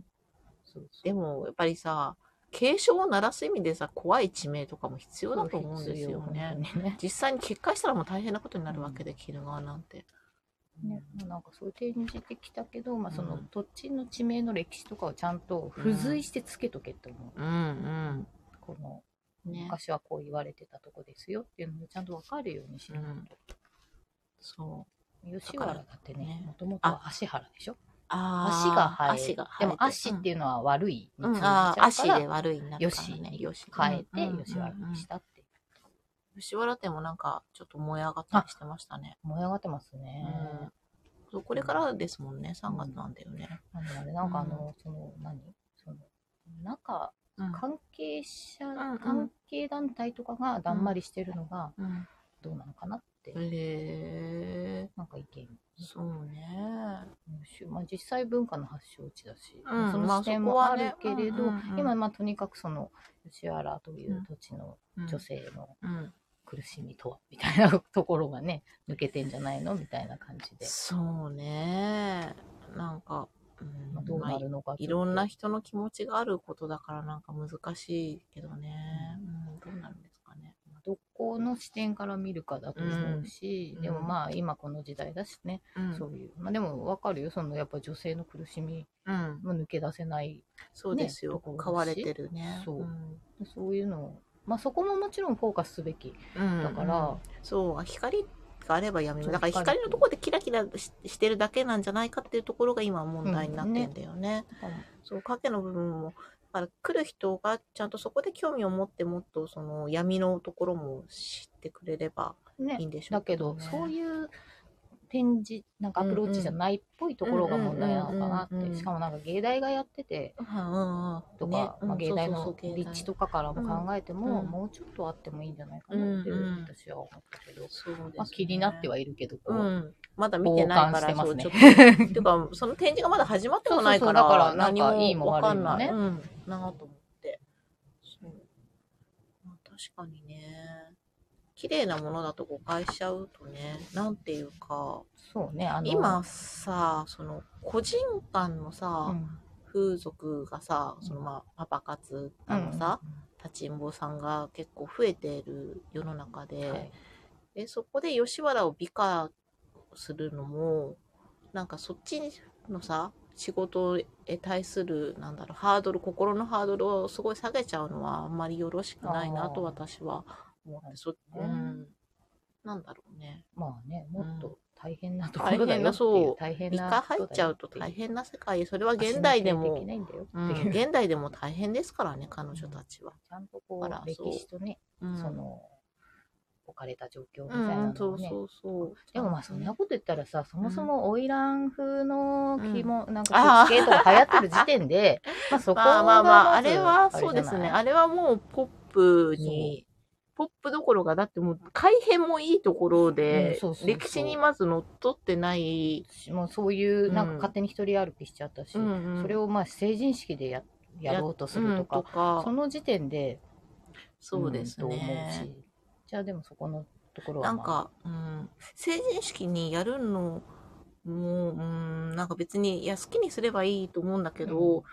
そう
でも、やっぱりさ、警鐘を鳴らす意味でさ、怖い地名とかも必要だと思うんですよね。
必要ね。
実際に決壊したらもう大変なことになるわけで、鬼怒川なんて。
ね、なんかそういう転じてきたけど、まあ、そうの
ん
土地の地名の歴史とかをちゃんと付随してつけとけって思う、
うんうん。
この
ね。
昔はこう言われてたとこですよっていうのもちゃんと分かるようにしないと、
そう。
吉原だって
だから
ね
ね
もともとは芦原でしょ足
足
が生え足
が
でも足って
い
いうのは悪いに
うん、
つ
あ
ながっ
あ、
ちゃ
足
うから、
で悪いんだからね。
よし
よし。
変え
うん
て吉原にし。
うんうんうん
たって、
吉原店もなんか、ちょっと燃え上がったりしてましたね。
燃え上がってます
う
ね、
ん。そうこれからですもんね、3月なんだよね。
あのあれなんかあの、その何その中
うん
関係者、
んうん
関係団体とかがだんまりしてるのが、
うん。
どうなのかなって、
へえ
なんか意見、
そうね。
まあ、実際文化の発祥地だし、
うん
そ
ま
の
あ
視点
そこ
も
は
あ
ね
るけれど、
うんうんうん
今、まあ、とにかくその吉原という土地の
うん
女性の
うん。
苦しみとは、みたいなところがね抜けてんじゃないのみたいな感じで、
そうね。なんか、うん
まあ、どう
まあ
なるのかちょっと
いろんな人の気持ちがあることだからなんか難しいけどね。うん、どうなるんですかね。
どこの視点から見るかだと思うし、
うん
でもまあ今この時代だしね、
うん
そういう、まあ、でも分かるよそのやっぱ女性の苦しみ
うん、
も抜け出せない
そうです
ね
よ
ところ。だし
買われてるね。
そうんそういうのを、まあ、そこももちろんフォーカスすべき
うん
だから、
そう、光があれば闇も。
そう
だから光
光
の
と
ところでキラキラししてるだけなんじゃないかっていうところが今問題になってんだよね。そう、影の部分も。だから来る人がちゃんとそこで興味を持ってもっとその闇のところも知ってくれれば
ね
いい、んでしょ
だ
う
けど、そう
う
いう展示、なんかアプローチじゃないっぽいところが問題なのかなって、
うんうんうんうんうん
しかもなんか芸大がやってて
うんうんうん
とか、
ねうん
まあ、芸大
そう
の
そうそう
立地とかからも考えても、
うんうん
もうちょっとあってもいいんじゃないかなって、
うんうん
私は思ったけど、
そうですね
まあ、気になってはいるけど、こ
う
う。
んまだ見て
傍
ない
観
か
して
ら
ま
そ
す
う
ね
ちょっと。っていうか、その展示がまだ始まってもないから、
そうそうそうだからなんか
何わかんない
いいも悪いも
うん、なあと思って。そう。まあ、確かにね。綺麗なものだと誤解しちゃうとね、なんていうか、
そうね、あの、
今さ、その、個人間の
う
さ、
ん、
風俗がさ、そのまあ、パパ活あのさ、立ちんぼさんが結構増えてる世の中
うん、
で、
はい
でそこで吉原を美化するのもなんかそっちのさ仕事へ対する、なんだろう、ハードル、心のハードルをすごい下げちゃうのは、あんまりよろしくないなと
あー
私は思って、そ、う
うん
ん、なんだろうね。
まあね、もっ
うん
と大変なところだよっていう大変
一
な
回入っちゃうと大変な世界、それは現代でも、うん、
ち
現代でも大変ですからね、彼女たちは。
ゃんとこ
あら
う歴
そう
史とね、
うん、
その置かれた状況み
う、
たいなんの
そ
を
う
ね。
そうそう。
でもまあそんなこと言ったらさ、そもそもオイラン風の着も、な
あ
んか
あ
スケートが流行ってる時点で、まあそこ
ま
が
あまあまあ、あ
まず
れはそうです
あれじ
ね。
ゃない
あれはもうポップに、ポップどころが、だってもう改変もいいところ
うん
で
そうそうそ、う
歴史にまず乗っ取ってない、
もうそういう、なんか
うん
勝手に一人歩きしちゃったし、
うんうん
それをまあ成人式でややろうとすると
うん
か、
か
その時点で、
そうです
んと思う
ね。
し。じゃあでもそこのところは、
な
まあ、
んか、うん、成人式にやるのも、うん、なんか別に、いや、好きにすればいいと思うんだけど、
うん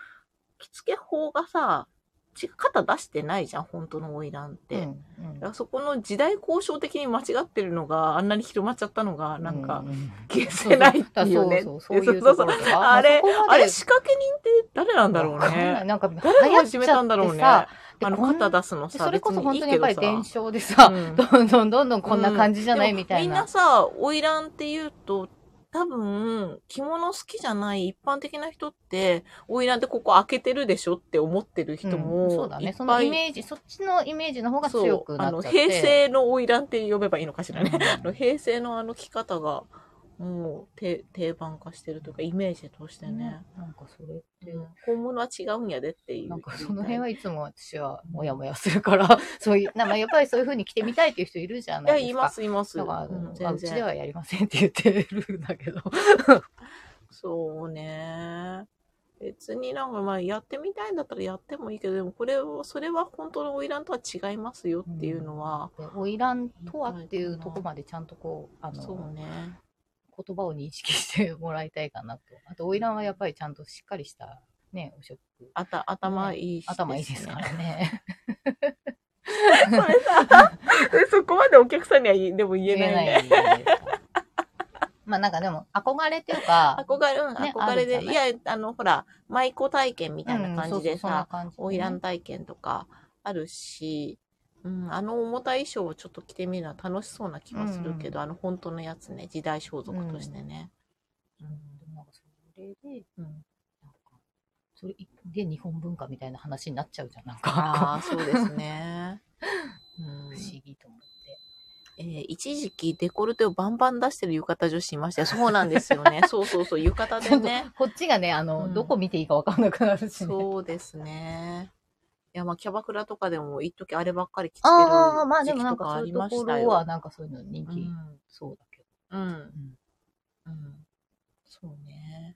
着付け法がさ、ち肩出してないじゃん、本当の花魁って。
うんうん
だからそこの時代交渉的に間違ってるのがあんなに広まっちゃったのがなんか
ううん
消せないっていうね。
そうそうそうそういうところとか
あれ
まそこ、ま
あ
で
れ仕掛け人って誰なんだろう
わかんない
ね。
なんか
誰が
流行っ
始
ち
めたんだ
ゃ
ろ
っ
う
て
ね。
さ
あの
こん
肩出すの
で
さ、
それこそ
別に
本
いい
当にや
けど
っぱり
さ。
伝承でさ、
うん
どんどんどんどんこんな感じじゃない
でも
みたい
みんな
な。
さ、花魁って言うと、多分、着物好きじゃない一般的な人って、花魁ってここ開けてるでしょって思ってる人
うん
も、
そうだ
い
ね。
っ
その
ぱい
イメージ、そっちのイメージの方が
そう
強くなっちゃって。
あの、平成の花魁って呼べばいいのかしらね。あ
う
の
ん
平成のあの着方が、もうて定番化してるというか、イメージとしてね。
なんかそれって、
うん本物は違うんやでっていう。
なんかその辺はいつも私はモヤモヤするから、 そういう、なまあやっぱりそういう風に着てみたいっていう人いるじゃ
い
な
や、
いで
い
す
ま
か。
す、います。
だから、
う
うん
ん
あ
全
うちで
然。
はやりませんって言ってるんだけど。
そうね。別になんかまあやってみたいんだったらやってもいいけど、でもこれを、それは本当の花魁とは違いますよっていうのは、
で花魁とはっていうとこまでちゃんとこう、あ
そう
の、
ね。
言葉を認識してもらいたいかなと。あと、花魁はやっぱりちゃんとしっかりした、ね、お職、
あた、頭いいし、
頭いいで すから ね。
それさ、 そこまでお客さんには言いでも言えないね。
言えないまあなんかでも、憧れっていうか、
憧れ、うん、
ね
憧れ
あ
で、
る
い
じゃ
や、あの、ほら、舞妓体験みたいな感じでさ、
うん、そうそうそんな感じでね
花魁、体験とかあるし、うん、あの重たい衣装をちょっと着てみるのは楽しそうな気はするけど、
うん
あの本当のやつね、時代装束としてね。うん
でもなんかそれで、
うん
なんか、それで日本文化みたいな話になっちゃうじゃん。なん
あ
か、
あ、そうです ね。うん
不思議と思って。
えー一時期デコルテをバンバン出してる浴衣女子いましたよ。そうなんですよ ね。そうそうそう、浴衣でね。
こっちがね、あの、
うん
どこ見ていいかわかんなくなるしね。
そうですね。いや、まあ、キャバクラとかでも、一時あればっかり着てる
ああ、まあで
時
も
期
なん
と
か
かあ
そう
り
いうと
ま
こ
した
ろ
よ。
はなんかそういうの人
う
気、
ん。
そうだけど。
うん
うん。
うん。そうね。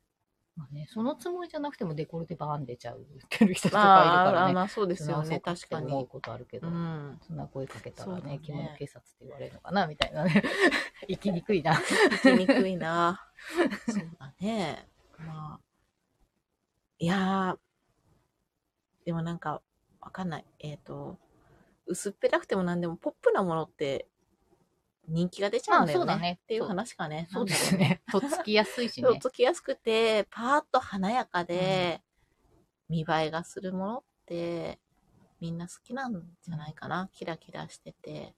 まあね、そのつもりじゃなくてもデコルテバーン出ちゃうってる人とかいる
ま
か
あ、
ら
あ
ね。
まあ、そうですよ
そんな
ね。
そう
確
って
か
思う
に。
ことあるけ
う
ど。
ん。
そんな声かけたら
そうだ
ね
ね
着物警察って言われるのかなみたいなね。生きにくいな。
行きにくい な。そうだね。まあ。いやー、でもなんか、わかんない。えっ、と、薄っぺらくてもなんでも、ポップなものって、人気が出ちゃうんだよ
まあそう
ね。
だね
っていう話かね。
そうで
なんだろ
すね。 とっつきやすいしね
そう。つきやすくて、パーッと華やかで、見栄えがするものって、みんな好きなんじゃないかな。キラキラしてて。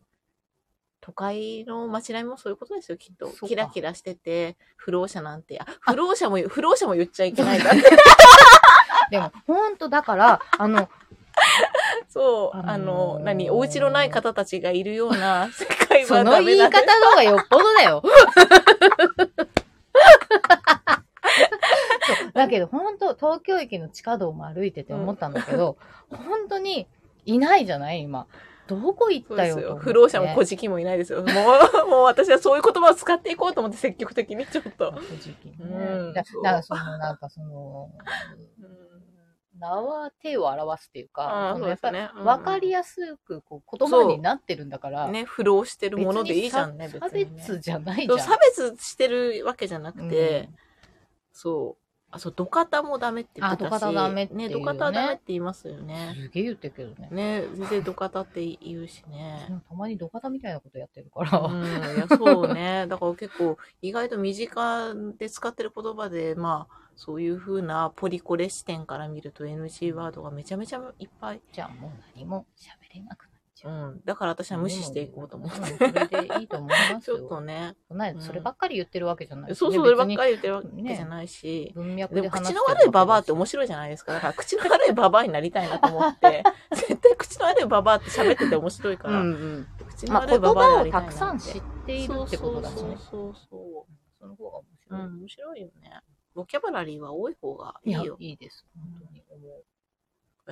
都会の街並みもそういうことですよ、きっと
そうか。
キラキラしてて、不老者なんて。あ、不老者も、不老者も言っちゃいけないん だ。
でも、ほんとだから、 あの、
そう、
あ
あ
の
の、
ー
何、お家のない方たちがいるような世界
そ
は
の
ダメ
言い
だ、
方
ね。
の方がよっぽど だよ。そうだけど、本当東京駅の地下道も歩いてて思ったんだけど、本当にいないじゃない今。どこ行
そ
っ
う
た
で
よ
す
と
よ。
思って
不老者も小じきもいないですよ。もう、もう私はそういう言葉を使っていこうと思って積極的にちょっと。
正直
う
ね
ん
だ
そう
だからその、なんかその、名は手を表すっていうか、
あ
そ
あ
の
そう
や
で
っぱ
す
り
ね。うん
分かりやすくこう言葉になってるんだから、
ね、不老してる
別に
ものでいいじゃんね、
さ差
別にね
別じゃないじ
そ
ゃ。
うん差別してるわけじゃなくて、
うん
そう。あ、そう、土方もダメって言ってたし。
あ土方ダメっていうよね
ね。土方ダメって言いますよね。
すげえ言ってるけどね。
ね、全然土方って言うし
で
ね。
もたまに土方みたいなことやってるから、
うん、いや、そうね。だから結構、意外と身近で使ってる言葉で、まあ、そういう風なポリコレ視点から見ると NG ワードがめちゃめちゃいっぱい。
じゃあもう何も喋れなくなっち
う
ゃう。
ん。だから私は無視していこうと思って。
うんそれでいいと思います
ち
よ。
ょっとね。
そんなそればっかり言ってるわけじゃない、
そうそう、そればっ
り。
かり言ってるわけじゃないし。
文脈
で
で
も
話し
口
てる
の悪いババアって
わ
面白いじゃないですか。だから口の悪いババアになりたいなと思って。 絶対口の悪いババアって喋ってて面白い
け
か
だし
ら。
うんうん。
口の
まあ、
悪い
言
ババアに
葉
な
を
りたい
た
な
くさん知っているってことだしね。
そうそうそ
その方が面
うそう。う
白い。
ん、面白いよね。ボキャブラリーは多い方がい
い
い
や
よ、。
いいです。本当に思う。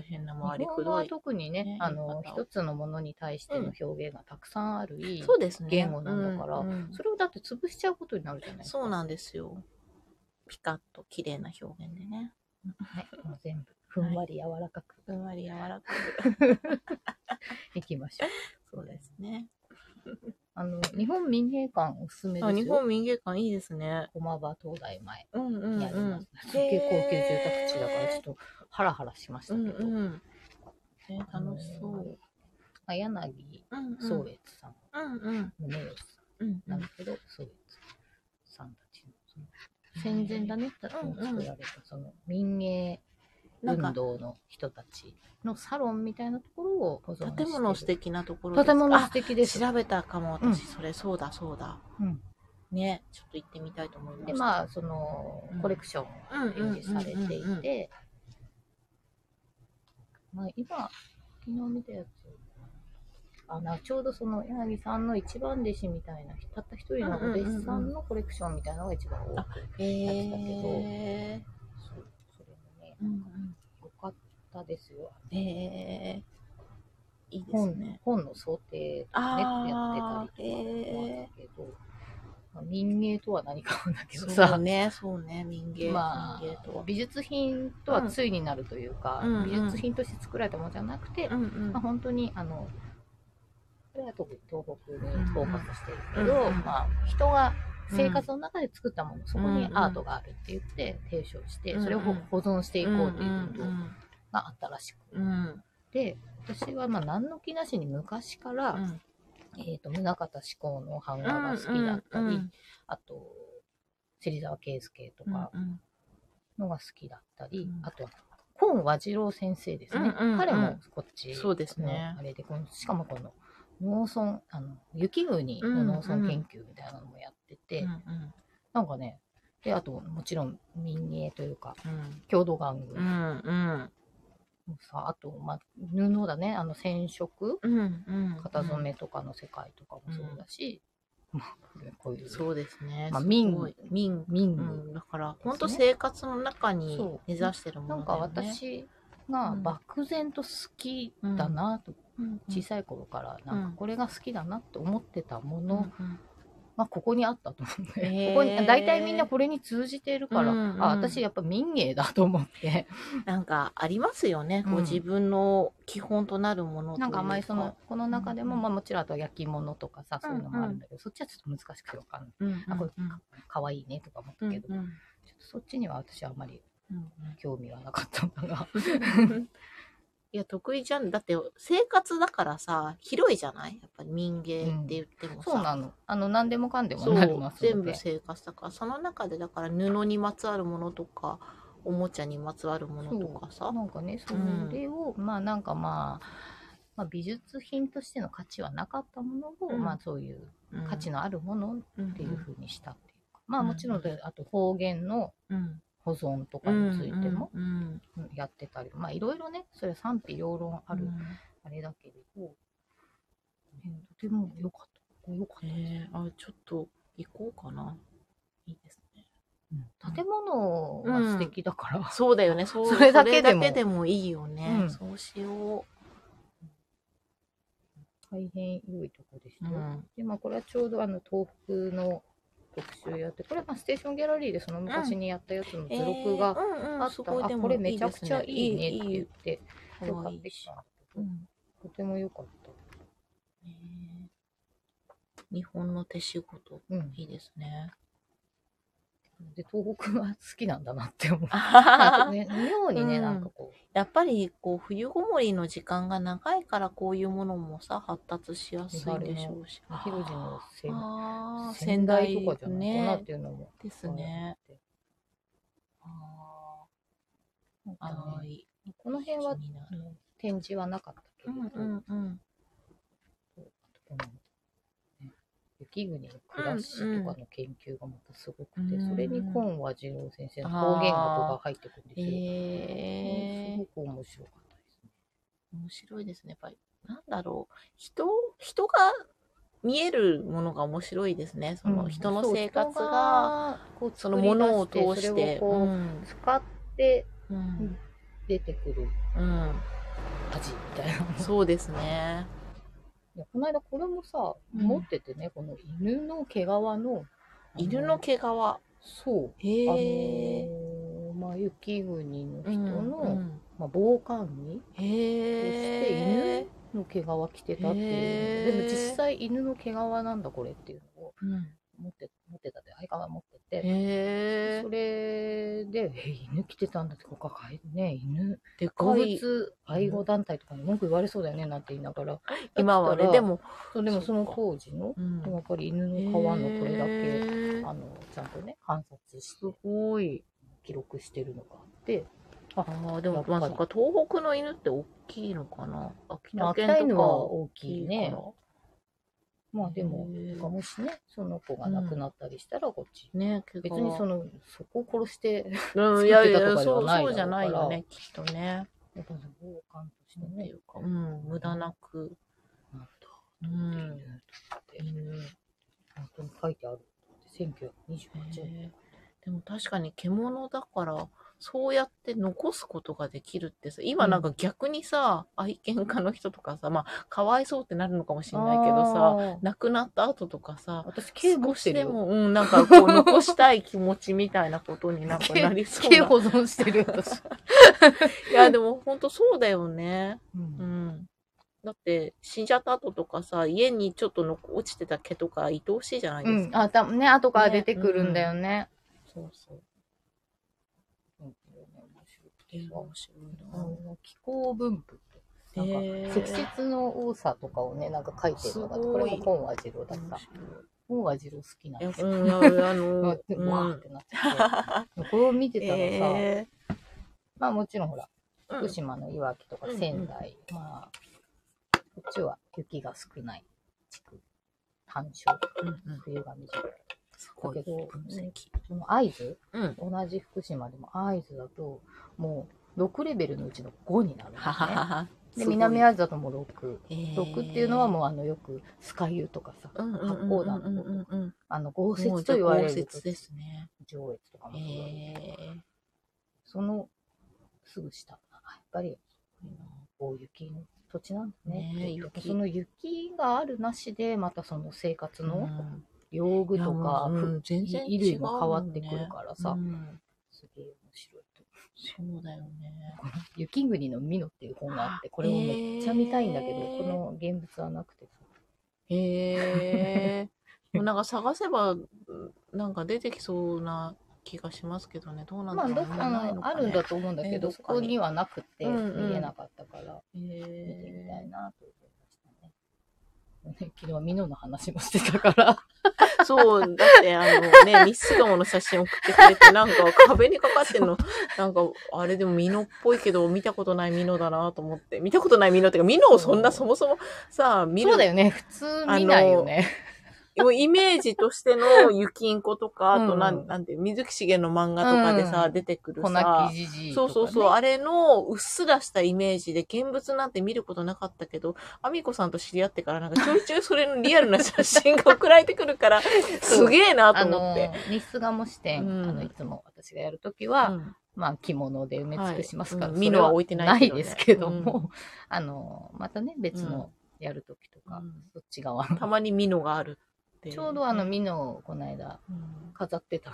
変な
日
回りく
本語
ど。
はい特にね、
ね
あ
言
の
い、方を
一つのものに対しての表現がたくさんあるいい、
そうですね。
言語なんだから
うんうん
それをだって潰しちゃうことになるじゃないですか。
そうなんですよ。ピカッと綺麗な表現でね。
はい、もう全部、ふんわり柔らかく
ふんわり柔らかい。
いきましょう。
そうですね。
あの、日本民芸館おすすめです
あ
よ。
日本民芸館いいですね。
駒場東大前
うんう
に
んう
あります
ん。。
すっげえ高級住宅地だから、ちょっとハラハラしまし
う
たけ
ん
ど。
うん。ね
あの
楽しそう。。
まあ柳
うん
宗悦さん、
うんうん
宗悦さ
うん
んなんだけど、宗悦さんたちのその戦前だね、
うんうん
作られたその民芸
なんか
運動の人たちのサロンみたいなところを保存してる
建物素敵なところ
建物素
あ
敵です。
調べたかも
うん
私それそうだそうだ
うん
ねちょっと行ってみたいと思いまし
で
た
まあその
うん
コレクション
うんうんうん
展示されてい
うんうん
て、まあ、今昨日見たやつあなちょうどその柳さんの一番弟子みたいなたった一人のお弟子さんのコレクションみたいなのが一番多く
へ
え
え
そうそれもね
うんうん
良かったですよ
へえいいです
本
ね
本の想定とかねや
あ
って
ー
たりとかもあ
へ
ったけど、まあ民芸とは何かなんだ
え
けど
そう
さ
ねそうね民芸
ま
民
あ
芸とは
美術品とは対になるというか、
うんうん
美術品として作られたものじゃなくて、
うんうん
まあ、本当にあのこれは特に東北にフォーカスしてるけ
うん
ど、
うん
まあ、人が生活の中で作ったもの、そこに
うん
アートがあるって言って提唱して、
うん
それを保保存していこうっていうこと
ん
があったらしく
うんうん
て私はまあ何の気なしに昔から、
うん
えー、と宗像志功の版画が好きだったり、
うん
あと芹沢圭介と
うん
か
うん
のが好きだったり、
うん
あとはコン和次郎先生ですね、
うんうんうん
彼もこっち
そうですね
のあれでこのしかもこの農村あの雪国の農村研究みたいなのもやってて、
うん
なんかねであともちろん民芸というか
うん
郷土玩具
う
も
んうん
さあと、まあ、布だねあの染色
うんうん
型染めとかの世界とかもそうだし、まあこれこういう
そうですね。
まあ
すごい民、
民民
う
具、
ん、だから本当生活の中に根ざしてるも
な
の
ん
だ
か
よ、ね。
私が漠然と好きだなと
うん
小さい頃からなん
うん
かこれが好きだなって思ってたも
うん
の、まあ、ここにあったと思って、
へー
ここに大体みんなこれに通じているから、
うんうん
あ私やっぱ民芸だと思って
なんかありますよね。
うん
こう自分の基本となるものというか。
なんかあんまりそのこの中でも、
うん
まあ、もちろんあとは焼き物とかさそういうのもあるんだけど、そっちはちょっと難しくて分かんない
うん、うん、
あこれ
うん
かわいいねとか思ったけど、
うん
ちょっとそっちには私はあんまり
うん
興味はなかったんだが
いや得意じゃん。だって生活だからさ広いじゃない。やっぱり民芸って言ってもさ。
そうなのあの何でもかんでも
そ
なりま
う
す
全
の
部
で
生活だからその中でだから布にまつわるものとかおもちゃにまつわるものとかさ
なんかねそ
うん
れを、まあなんかまあまあ、美術品としての価値はなかったものを、
うん
まあそういう価値
の
のあるものっ
って
いうふうにしたっていうか、まあ
うん
もちろんであと方言の保存とかについても
うん
やってたり、まあいろいろねそれは賛否両論あ
ある
る、あれだけれど、ねとても良かったここ良かったです、
えーあちょっと行こうかないいですね
うん建物が素敵だから、
そうだよねそう
それだけでも
それいいよね、
うん
そうしよ
大変良いとこでし
う、
たよ、でまあこれはちょうどあの東北の特集やってこれはまあステーションギャラリーでその昔にやったやつの図録があ
あ
った、あこれめちゃくちゃいいねって言って
いい
今日買ってきたんだけ
う
ど
ん
とても良かった。
ねえ日本の手仕事
うん、
いいです ね。
で東北は好きなんだなって思う なんかね、妙にね、
うん
なんかこう、
やっぱりこう冬ごもりの時間が長いからこういうものもさ発達しやすいんでしょうし。
ヒロジのせい
あー
仙台とかじゃないかなっ
ね。
ていうのも、
ですね。あ
なんかね
あーい
この辺は
気にな
あの展示はなかったけ
う
れ
ん
ど、
うんうん
あとこの、ね、雪国の暮らしとかの研究がまたすごくて、
うんうん
それに今和次郎先生の方言語とか入ってくるんですよ。
へえ
すごく面白かったですね。
面白いですねやっぱりなんだろう人人が見えるものが面白いですねその人の
そう
生活
人
が、
こう
そのものを通
作り出
し
それ
て
をこう、
うん
使って
うん
出てくる
うん
味みたいな。
そうですね
いやこの間これもさ、
うん
持っててね、この犬の毛皮の。
犬の毛
毛
皮
そう。あの
へえ
ーまあ、雪国の人
人
の、
の、
まあ、防寒着
へえ
の毛皮着てたっていうの
へー
でも実際犬の毛皮なんだこれっていうのを
うん
持って持ってたって相川が持ってて、
へえ
それでえ犬着てたんだってここかね犬
でか
動
い
物愛護団体とかに文句言われそうだよねなんて言いながら
今はねでも、
そうでもその当時の
うん
やっぱり犬の皮のこれだ
へ
け
ー
あのちゃんとね観察し
す
て
ごい
記録してるのがあって
ああで
や
も
っ
ま
ぱり
あそっか東北の犬って大きいのかな秋田
秋
犬
田
と
犬
か
は
大
大き
き
い
い
ね
ね
まあでも
へー
なんかもしねその子が亡くなったりしたらこっち
ね毛
別にそ
の
のそこを殺して
うんい
作っ
や
て
い
た
や
とかで
そ
は
う
ないだろうから
そうじゃないよねきっとね
やっぱ防寒として
なんてい
ね、
うかうん無駄なく
なんだ
う
っていうんって、本当に書いてあるって、
へ
1928年。
ーでも確かに獣だからそうやって残すことができるってさ今なんか逆にさ、愛犬家の人とかさまあかわいそうってなるのかもしれないけどさ
さ、
亡くなった後とかさ
私、警護してる
少しで
よ。
も、うん、なんかこう、残したい気持ちみたいなことになんかなり そう
警
な。
保存してるよ、私。
いや、でも本当そうだよね。
う
うんん。だって、死んじゃった後とかさ、家にちょっとの落ちてた毛とか愛おしいじゃないですか。
あ、たね、後から出てくるんだよね。
そうそう。
うん面白く
え
て
ー、
さ
面白い
あの気候分布って。
な。
なんか
へー
積雪の多さとかをね、なんか書いてるのがあって、
す
こ
ごい
れも本和次郎だった。本和次郎好きなん
いや、
です
う
よ。
ん、いやあ
う
のう
わ、
ん
ーってなっちゃって。これを見てたらさ、
え
まあもちろんほら、
ー
福島のいわきとか
うん
仙台、まあ、こっちは雪が少ない地区、単勝、
うんうん
冬が短い。
すごい
だけど
分析。
その会津、
うん。
同じ福島でも会津だと、もう6レベルのうちの5になるんです
ははは
ね。
は。
で、南会津だともう6。
6
6っていうのはもうあのよくスカユとかさ、
うんうん
八甲田
うんう
の
んうんうん。
あの豪雪と言われ
もうじゃ
る
あ豪雪ですね。
上越とかもそうだけど
え
そのすぐ下、やっぱり大雪の土地なんだね
ねえ
やっぱ
雪
その雪があるなしでまたその生活
ー
の用具とか、
いやもう
ふ
うん全然
衣類も変わってく
違うも
る
んね
からさ、
さ、
すげえ面白いと
そうだよね。
この「雪国のミノ」っていう本があってこれをめっちゃ見たいんだけど、
へえ
この現物はなくてさ
へえ。もうなんか探せば、なんか出てきそうな気がしますけどね。どうなんだ
ま
ろ
あ
う
どっ
ね
か
ない
の
の
あ
かね
るんだと思うんだけど、
ええ
そこにはなくて
どっかにうんうん
見れなかったから見てみたい
へ
なと思いましたね。ね 昨日ミノの話もしてたから
ー そう、だってあのね、日誌顔の写真送ってくれて、なんか壁にかかってんの、なんか、あれでもミノっぽいけど、見たことないミノだなと思って、見たことないミノっていうか、ミノをそんなそもそもさ、見る
そうだよね普通見ないよね。
もうイメージとしてのゆきんことか、あとな
うん
ん、なんていう、水木しげるの漫画とかでさ、
うん
出てくる
粉
さ
木、じじいと
そ
か、
う
ね。
そうそう、あれのうっすらしたイメージで、現物なんて見ることなかったけど、アミコさんと知り合ってからなんかちょいちょいそれのリアルな写真が送られてくる から、すげえなと
あ
思
の
って。、
日スガモ支店、
うん
あの、いつも私がやるとき
う
は、
ん
まあ、着物で埋め尽くしますから、
はいうん
それ
見るは置いてないけどね
ですけども、 あの、またね、別のやるときとか、
うん
そっち側の
たまにミノがあるってい。
ちょうどあの、ミノをこの間
うん
飾ってた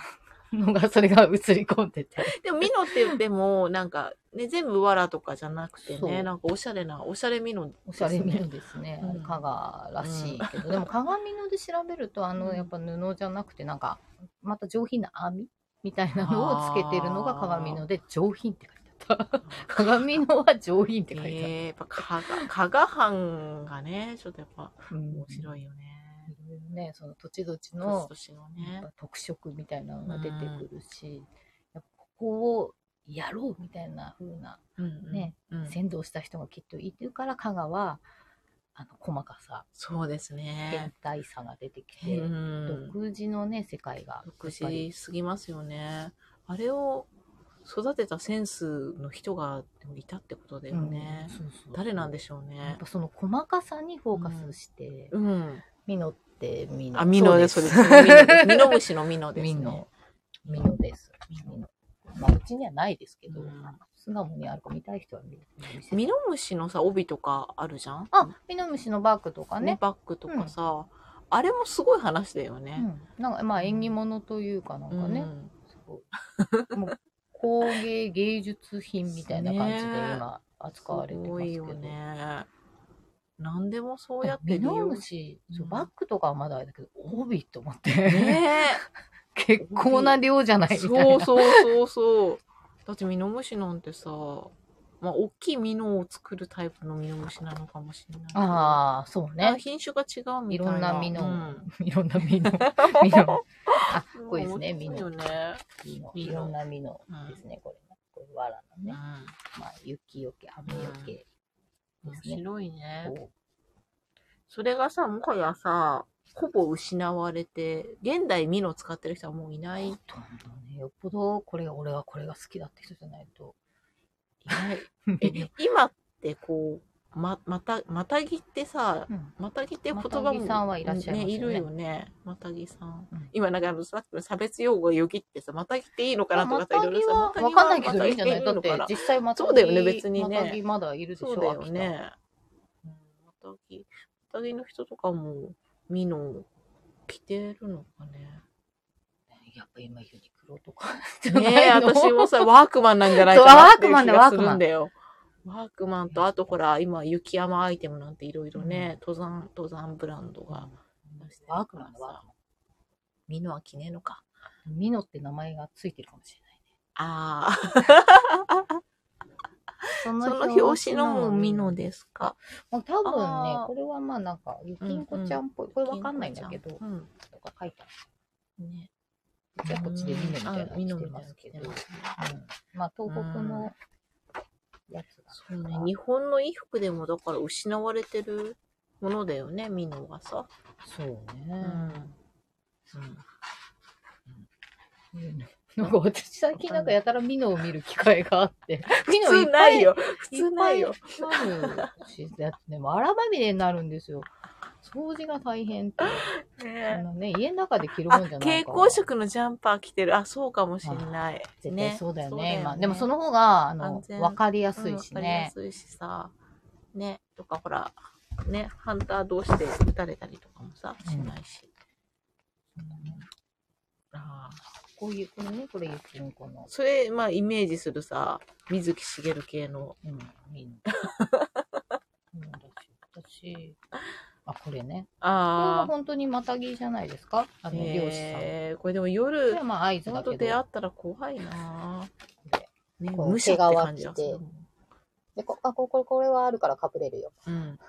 のが、それが映り込んでて。
でもミノって言っても、なんか、ね、全部わらとかじゃなくて
そう
ね、なんかおしゃれな、おしゃれミノ、
おしゃれミノですね。
うん
あれ加賀らしいけど、でも加賀ミノで調べると、あ
う
の、
ん
やっぱ布じゃなくて、なんか、また上品な網みたいなのをつけてるのが加賀ミノで、上品って書いてあった。 鏡のは上品って書いてある。
えーやっぱ加賀、加賀藩がね、ちょっとやっぱ
面
面
白い。
白いよね。
ね、その土地土地
年
の
々の
や
ね
っぱ。特色みたいなのが出てくるし、やっぱこをやろうみたいな風な
うん
ね、
うん
先導した人がきっといてるから香川あの細かさ
そうです
現
ね。
代さが出てきて、
うん
独自のね世界が
独自すぎますよね。あれを育てたセンスの人がでもいたってことだ
だ
よね。誰なんでしょう
やっ
ね。
ぱその細かさにフォーカスして、
うん。
ミノってミノ
あ、ミノです。そうです。 ミノムシのミノです、ね。
ミノ。ミノです。
ミノ
ミノ。まあ、うちにはないですけど、
うん
巣鴨にあるか見たい人は見る。
ミノムシのさ、帯とかあるじゃん
あ、ミノムシのバッグとか
ね
ね。
バッグとかさ、あれもすごい話だよ
う
ね。
ん。なんか、まあ、縁起物というかなんかね、
うん
すごい。もう、工芸芸術品みたいな感じで
ね
今扱われて
す
ま
ご
す
い
け
よ
ど。
ね。何でもそうやって利
ミノ
用
ム
し
シ、
うん
そうバッグとかはまだあれだけど、帯と思って。
て。ね
結構な量じゃない
え。
みたいな。
そうそうそうそう。だってミノムシなんてさ、まあ、大きいミノを作るタイプのミノムシなのかもしれないけど。
ああ、そう
まあ
ね。
品種が違うみたいな。
いろんなミノ
うん
いろんな ミノ。ミノ。あ、
す
かっこいいですね、ミノ
よ。ね。
いいの
いい
い
の
ろんな実のですね、これね。これ、わらの
うん
ね。。まあ、雪よけ、雨よけ。
面
ですね
白いね。
こ
それがさ、もはやさ、ほぼ失われて、現代ミノ使ってる人はもういな
う
い、
ほとんどね、よっぽど、これ、俺はこれが好きだって人じゃないと。
いない。 え、今ってこう、ま、また、またぎってさ、
うん
またぎって言葉も。
またぎさんはいらっしゃいますよね
いるよね。またぎさん。
うん
今なんかあの、さっきの差別用語よぎってさ、またぎっていいのかなと
ま
か
あ
さ、いろいろ
たぎ
さ、
は、わかんないけどいいんじゃないだっ
またぎ
て
のか、
実際またぎ、
そうだよね別にね
またぎまだいるでしょ
そうだよ。ね。うんまたぎ、またぎの人とかも、ミノ着てるのか ね。
秋田やっぱ今、ユニクロとか。
ねえ、私もさ、ワークマンなんじゃない
そう
かなっていう
ワークマン
気
だ
がするんだよ。ワークマンと、あとほら、今、雪山アイテムなんていろいろね、登山、登山ブランドが出してるからさ
ワークマンだワークマ
見のは着ねえのか。
ン。ミノって名前がついてるかもしれない。
ああ、
そ
その表紙のもミノですか。
まあ、多分ね
あー、
これはまあなんか、ゆきんこちゃんっぽい。これわかんないんだけど、と
うん。
か書いてある。
ね。
じゃあこっちでミノみた
あミノみた
いなの着てま
いな
す
の
け
着
ど、
て
うん
ますね
まあ東北のやつだ
そうね。日本の衣服でも、だから失われてるものだよね、ミノがさ。
そう
う
ね。
うん
なんか私最近なんかやたらミノを見る機会が あって。ミノ
普
い
通
っ
な
ぱ
い
い。
よ。普通ないよ。
いっぱいあるし、だってね、もう荒まみれになるんですよ。掃除が大変って。あのね、家の中で着る
あ、
もんじゃないか
蛍
ら。
光色のジャンパー着てる。あ、そうかもしれない。
絶対そうだよね、今。でもそ
の
の方が、あ
安
の、
全
わかりや
安
すいしね。
安いしさ。ね、とかほら、ね、ハンター同士で撃たれたりとかもさ、しないし。ああ
こういう、これね、これゆきんこの。
それ、まあ、イメージするさ、水木しげる系の。
うん、みんな。 うん私、あ、これね。これは
あ
本当にまたぎじゃないですかあ
あ。
の、漁師さん。こ
えーこれでも
れ
夜
は、まあ合図
本
だ
当
け
出会っ
ど。
たら怖いな
で
ね、
こう
無視って感じがす
毛
る
皮着。で、こ、あ、こ、これ、これはあるから隠れるよ。
うん。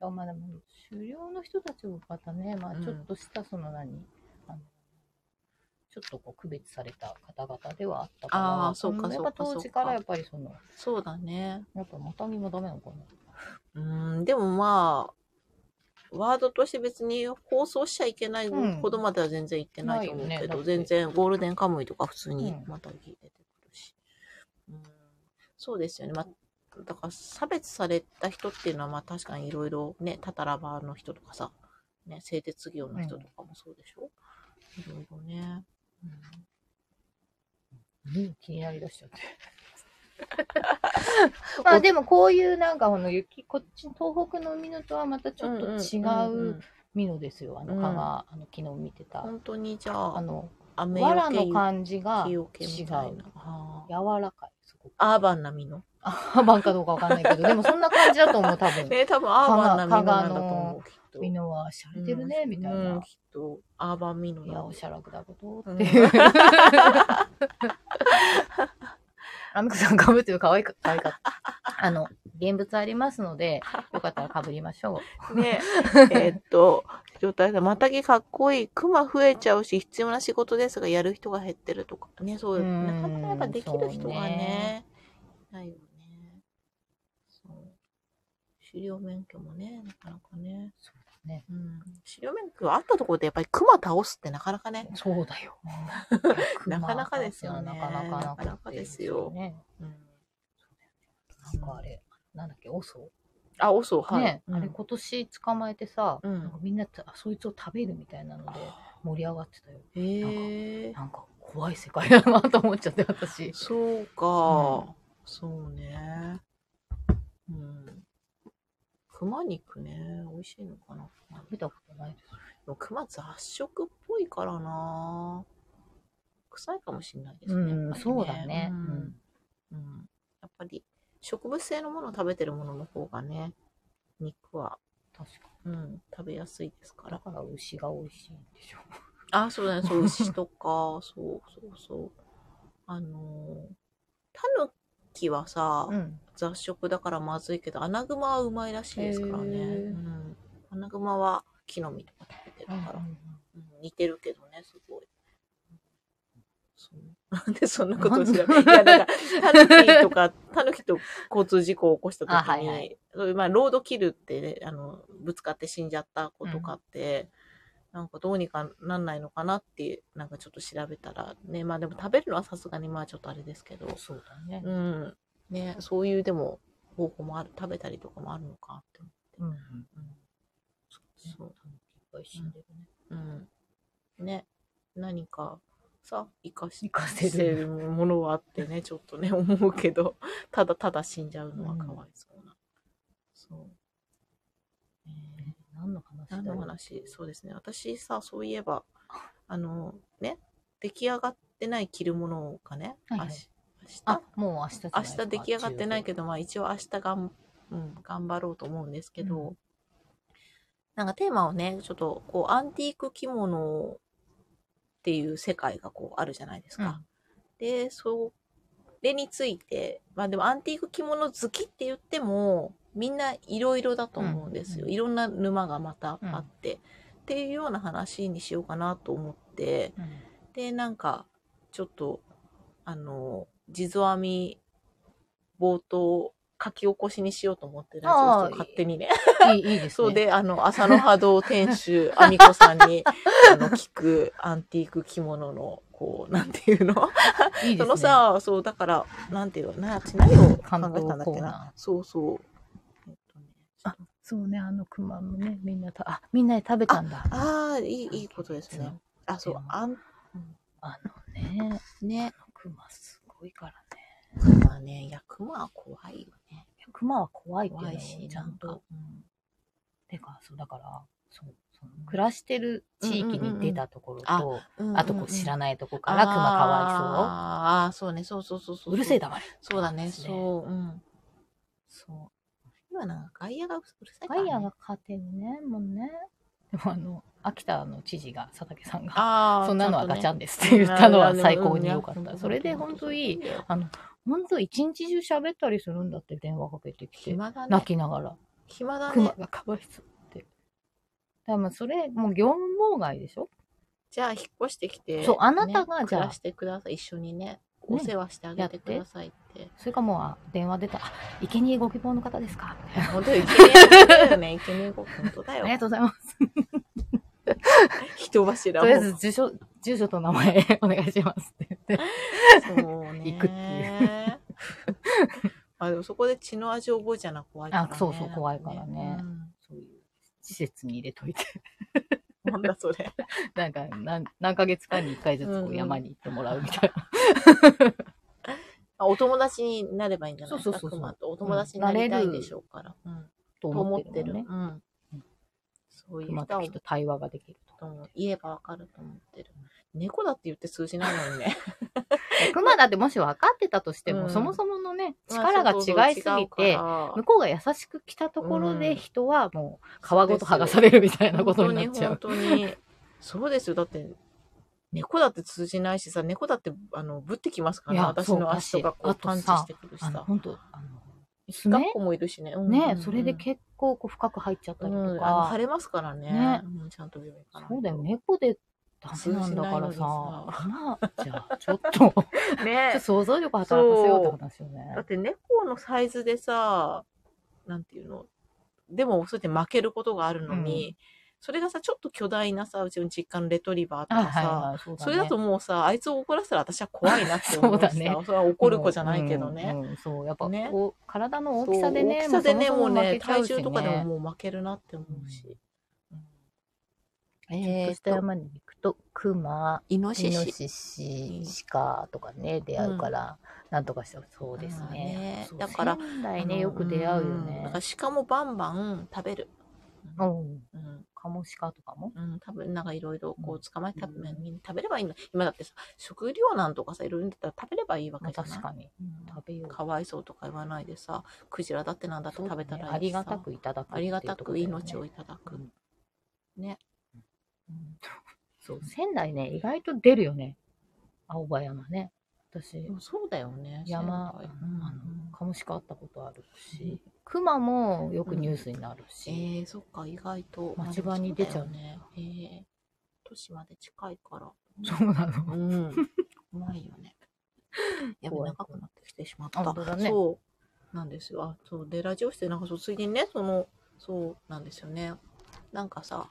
あまあでも、狩猟の人たちもまたね、まあ
うん
ちょっとした、その何、あのちょっとこう区別された方々ではあったから、
あーそうか
のやっ
そ
ぱ
うか
当時からやっぱりその、
そうだね。
やっぱまたぎもダメなのかな。
うん、でもまあ、ワードとして別に放送しちゃいけない
うん
ほどまでは全然言ってないと思う
ない
け
よねだ
ど、
って
全然ゴールデンカムイとか普通に
うん
また聞いてくるし。うん、そうですよね。まあだから差別された人っていうのはまあ確かにいろいろね、タタラバの人とかさ、ね、製鉄業の人とかもそうでしょ、いろいろね。うん
うん、気になりだしちゃって。 まあでもこういうなんかこの雪、こっち、東北の海のとはまたちょっと違
んんん
う美濃ですよ。あの
うん
蚊が、あの昨日見てた。
本当にじゃ
あ
あ
の、
雨よ
藁の
け
感じが
雪
違
よ
う。
けみ
柔
たいなあー
らかい。すごく。
アーバンなみの
アーバンかどうかわかんないけど、 でもそんな感じだと思う、多分。
ね多分アーバンなミノなんだと思うきっと
美濃は洒落てるね、みたい
うん
な
き。っとアーバンミノ
いや、
だ
おしゃらくだこと
う
っ
ん
ていう。 ラムクさんかぶってるかわいか可愛かった。あ の、現物ありますので、よかったらかぶりましょう。
ねえーっと状態で、またぎかっこいい。熊増えちゃうし、必要な仕事ですが、やる人が減ってるとか。ね、そう、
うん
なかなかやっぱできる人がね、いないよね。そう。狩猟免許もね、なかなかね。
そうだね。
うん。狩猟免許はあったところで、やっぱり熊倒すってなかなかね。
そうだよ。
なかなかですよね
なかなかな
なかなかですよ
ね
うん。
なんかあれ、なんだっけ、オソ
あ、オソ、はい。
ね、
うん
あれ今年捕まえてさ、
うん
なんかみんなあそいつを食べるみたいなので盛り上がってたよ。
へえ。
なんか怖い世界だなと思っちゃって、私。
そうか、そうね。うん。熊肉ね、美味しいのかな。
見たことないです。
でも熊雑食っぽいからな。臭いかもしれないです
う
ね。
ん、
やっぱり
そうだね。
う
うんん。
うんやっぱり植物性のものを食べてるものの方がね、肉は、
確か
うん、食べやすいですか
に。だ
ら。
から牛が美味しいんでしょ。
あ、そうだね、そう、牛とか、 そうそうそう。あのー、タヌキはさ、
うん。
雑食だからまずいけど、アナグマはうまいらしいですからね。
へー
うん、アナグマは木の実とか食べてるから、うん似てるけどね、すごい。そう なんでそんなことを知らない。いや、だから、タヌキとか、タヌキと交通事故を起こした時に、
あはいはい
そういうまあ、ロードキルって、ね、あの、ぶつかって死んじゃった子とかって、なんかどうにかなんないのかなって、なんかちょっと調べたら、ね、まあでも食べるのはさすがにまあちょっとあれですけど、
そうだね。
うん。ね、そういうでも方法もある、食べたりとかもあるのかって思
うん。
う。そう。
いっぱい死んでるね。
うん。ね、何かさ、生かし
生かせる
るものはあってね、ちょっとね、思うけど、ただただ死んじゃうのはかわいそうな。そう。ね
何の話だ
何の話そうですね。私さ、そういえば、あの、ね、出来上がってない着るものがね、
はいはい
あし明日
あ、もう明日じゃな
明
い
日出来上がってないけ
ど。
ど、まあ一応明日がん、うん、頑張ろうと思うんですけど、なんかテーマをね、ちょっとこうアンティーク着物っていう世界がこうあるじゃないですか。で、それについて、まあでもアンティーク着物好きって言っても、みんないろいろだと思うんですよ。
うん
いろんな沼がまたあって、っていうような話にしようかなと思って、
うん
でなんかちょっとあの地蔵編み冒頭書き起こしにしようと思ってラジオ
あー
を勝手にね。
いい、いいです ね。
そうで、あの、朝の波動店主、アミコさんに、あの、聞 く、アンティーク着物の、こう、なんていうの
いいですね。
その、さ、そう、だから、なんていうの、な、何を考えたんだ
関東
っ
コ
け
ー
な
ナ。
そうそう。えっとね、
あそうね、あの熊もね、みんなた、あ、みんなで食べたんだ。
ああ、いい、いいことですね。あ、そう、あん、
あのね、
ね。
熊すごいからね。
まあね、いや、熊は怖いよね。
熊は怖いっていう
怖い
の
し、
をち
ちゃ
ゃ
ん
んと
と。。うん
てか、そう、だから、そう、その暮らしてる地域に出たところと、
うんうん
あとこう知ら
ない
ないとこから熊かわ
ああ、そうね、そうそうそう
い
そ
そ
う。
ううるせえ。黙れ。
そうだね、
ですね
そう、うん。
そ
今なんか外野がうるさ
う。
いから、
ガ
ね。
イアが勝てんね、もうね。でもあの、秋田の知事が、佐竹さんが、
ああ、
そんなのはガチャ
ン
ンですって言ったのは最高に良かった。それで本当いい。
いや
あの、本当一日中喋ったりするんだって電話かけてきて、
暇だね
泣。きながら。
暇だ
熊
ね。
がかわいそうって。だからまあそれ、もう業務妨害でしょ
じゃあ引っ越してきて。
そうあなたが
ね
じゃ
暮
あ
らしてください。一緒にね、お世話してあげてくださいって。
それかもうあ、電話出た、あ、生贄ご希望の方ですかみたいな
本当にイケメンだよね。イケメンご本当だ
ありが
よ。
とうございます。
人柱
と
も。
りあえず、住所、住所と名前 お願いしますって言って。
そうね。
行くって
いう。あでもそこで血の味覚えちゃうのは怖いからね。
あそうそう怖いからね
うん
そういう施設に入れといて、
なんだそれ。
なんか何、何ヶ月間に一回ずつ
うん
こ
う
うん山に行ってもらうみたいな。
あお友達になればいいんじゃないですか。
そうそうそう
熊とお友達になりたいでしょうから。うん。と
と
思
思っ
ってて
る
る。
のね。
うんそういう
また
人
きっと対話ができると。
を言えばわかると思ってる。猫だって言って数字なのにね。
熊だってもし分かってたとして
う
も、
ん
そもそものね、 力が 違いすぎて、向こうが優しく来たところ
う
で
ん
人はもう皮ごと剥がされるみたいな
の
ことになっちゃ
本
う。
当に、本当に。そうですよ。だって、猫だって通じないしさ、猫だって、あの、ぶってきますから
い
ね。
や
私
そう
の足とかこう
だ
パン
し
チしてくるし
あの、
さ。
本当あの、
がっこもいるしね。うん
ね、それで結構こう深く入っちゃった
う
りと
ん、あの
か
腫。れますからね。
ね
うんちゃんと病院から。
そうだよ、猫でダメなんだから
通じ
さ。
な
まあ、じゃあ、ちょっと、ちょっと
ね。
想像力働かせようってことですよね
だ。って猫のサイズでさ、なんていうの、でもそうやって負けることがあるのに、それがさ、ちょっと巨大なさ、うちの実家のレトリバーと
あ、
かさ、
はいはい、そうだね。
それだともうさ、あいつを怒らせたら私は怖いなって思うしさ、
そうだね
それは怒る子じゃないけどね。
うんうんそう、やっぱ、
ね
こう、体の大きさでね、
そう大きさでね、
そ
もう
そ負
ね、
けちゃ
体
うし
重とかでももう負けるなって思うし。
えー、下山に行くと、熊、
イノ
イノ
シシ。
シシ
うん、
鹿とかね、出会うから、なんとかしたそうです
まあ
ね
ね。
そう
だから
仙台ね、よく出会うよ
んだ
ね
から。鹿もバンバン食べる。
うん。
うん。
カモシカとかも。
うん、多分なんかいろいろこ
うん
う捕まえて食べ,、
うん
食べればいいの。今だってさ、食料なんとかさ、いろいろだったら食べればいいわ
ま
け
あ、
じゃない。
確かに。
うん
食べよう。
かわいそうとか言わないでさ、クジラだってなんだって
そうだ
食
ね
べたらいいしさ、
ありがたくいただく
ありがたく命を
い
いただ
た
く。ね。
そう仙台ね意外と出るよね青葉山ね私
でもそうだよね。
山
仙台
あのカモシカあったことあるし熊もよくニュースになる
え
し、
ー、そっか、意外と。
町場に出ちゃう
ね。えー、都市まで近いから。
そうなの
うん。うまいよね。やべ、
怖い
長くなってきてしまった。
あ本当だね
そう。なんですよ。あ、そう。で、ラジオ室で、なんかそう、ついでにね、その、そうなんですよね。なんかさ、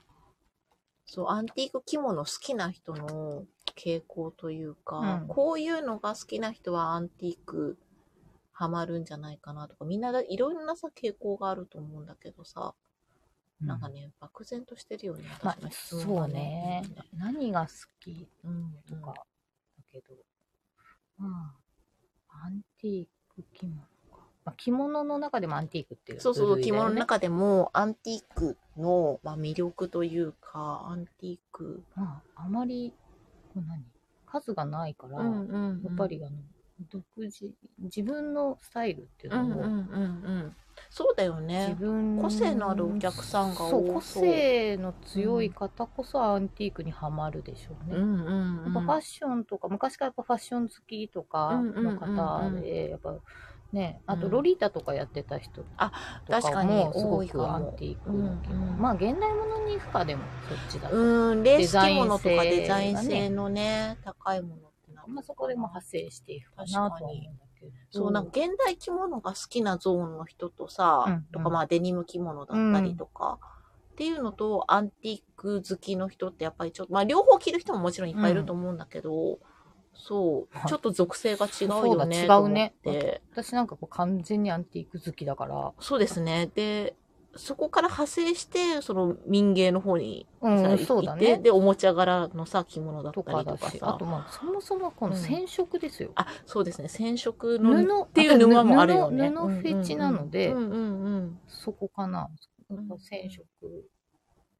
そう、アンティーク着物好きな人の傾向というか、
うん
こういうのが好きな人はアンティークハマるんじゃないかなとか、みんなだいろんなさ、傾向があると思うんだけどさ、なんかね、漠然としてるよね、
まあ
私の質問
そ
が
うね。何が好き
うん、と
と
か。
かだけど、まあアンティーク着物か、まあ、着物の中でもアンティークっていう
そうそう、
部類
着
だよ
物の
ね
中でもアンティークの、まあ、魅力というか、アンティーク。
まあ、あまり、こう何数がないから、
うん
やっぱ。りあの、独自、自分のスタイルっていう
うんうんうんう
のを、
ん。そうだよ
自
ね。
分
個性のあるお客さんが多
そ、
そうう。
個性の強い方こそアンティークにはまるでしょ
う
うね。
んうん
や
う
っ
ん。
ぱファッションとか、昔からやっぱファッション好きとかの
うん
方
うんうん
で、やっぱね、あと
うん
ロリータとかやってた人と
あ
か
確か
も
に
す
多
ご
いかも
くアンティークの着物
うんうん
まあ現代物に行くかでもそっちだと。
うん、レー
デ
ス
ザイ
着
ン性がね
物とかデザイン性のね、高いものってなる
まあそこでも派生していくかなとは思うんだけど。
そう、なんか現代着物が好きなゾーンの人とさ、
うんうん
とかまあデニム着物だったりとか、っていうのとアンティーク好きの人ってやっぱりちょっと、まあ両方着る人ももちろんいっぱいいると思うんだけど、そう、ちょっと属性が違うよね。
そうだ違うね
と思って
私なんかこう完全にアンティーク好きだから、
そうですね。で、そこから派生して、その民芸の方に
う
さ、
ん、
い
そうだ
行って
ね。
で、おもちゃ柄のさ、着物だっ
と
たり
か
と
だ
か
し、
さ。
あとまあそもそもこの染色ですよ。
あ、そうですね。染色
布
の、っていう沼もあるよね。
布布フェチなので、
うんうんうん。
そこかな。
ん
染色、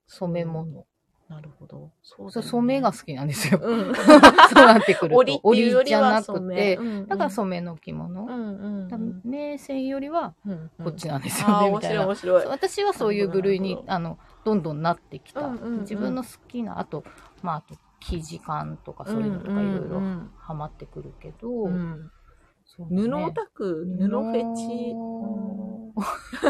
染め物。
なるほど。そう
そ
だよ
う
ね
染めが好きなんですよ。
うん。
そうなってくると。
折りっていうより
じゃ
は
な
染
く
め。
て、
うん
だから染めの着物。
う
だ
んうん
から名線よりは
うん。
こっちなんです
あ
よ
あ、
ね、
面
みた
白
い
い
な。
面白い。
私はそういう部類
なる
に
ほど
あのどんどんなってきた、
うんうんうん
自分の好きなあとまああと生地感とかそういうのとかいろいろはまってくるけど、
うんうん
そう
うん
ね
布オタク、布フェチ。
布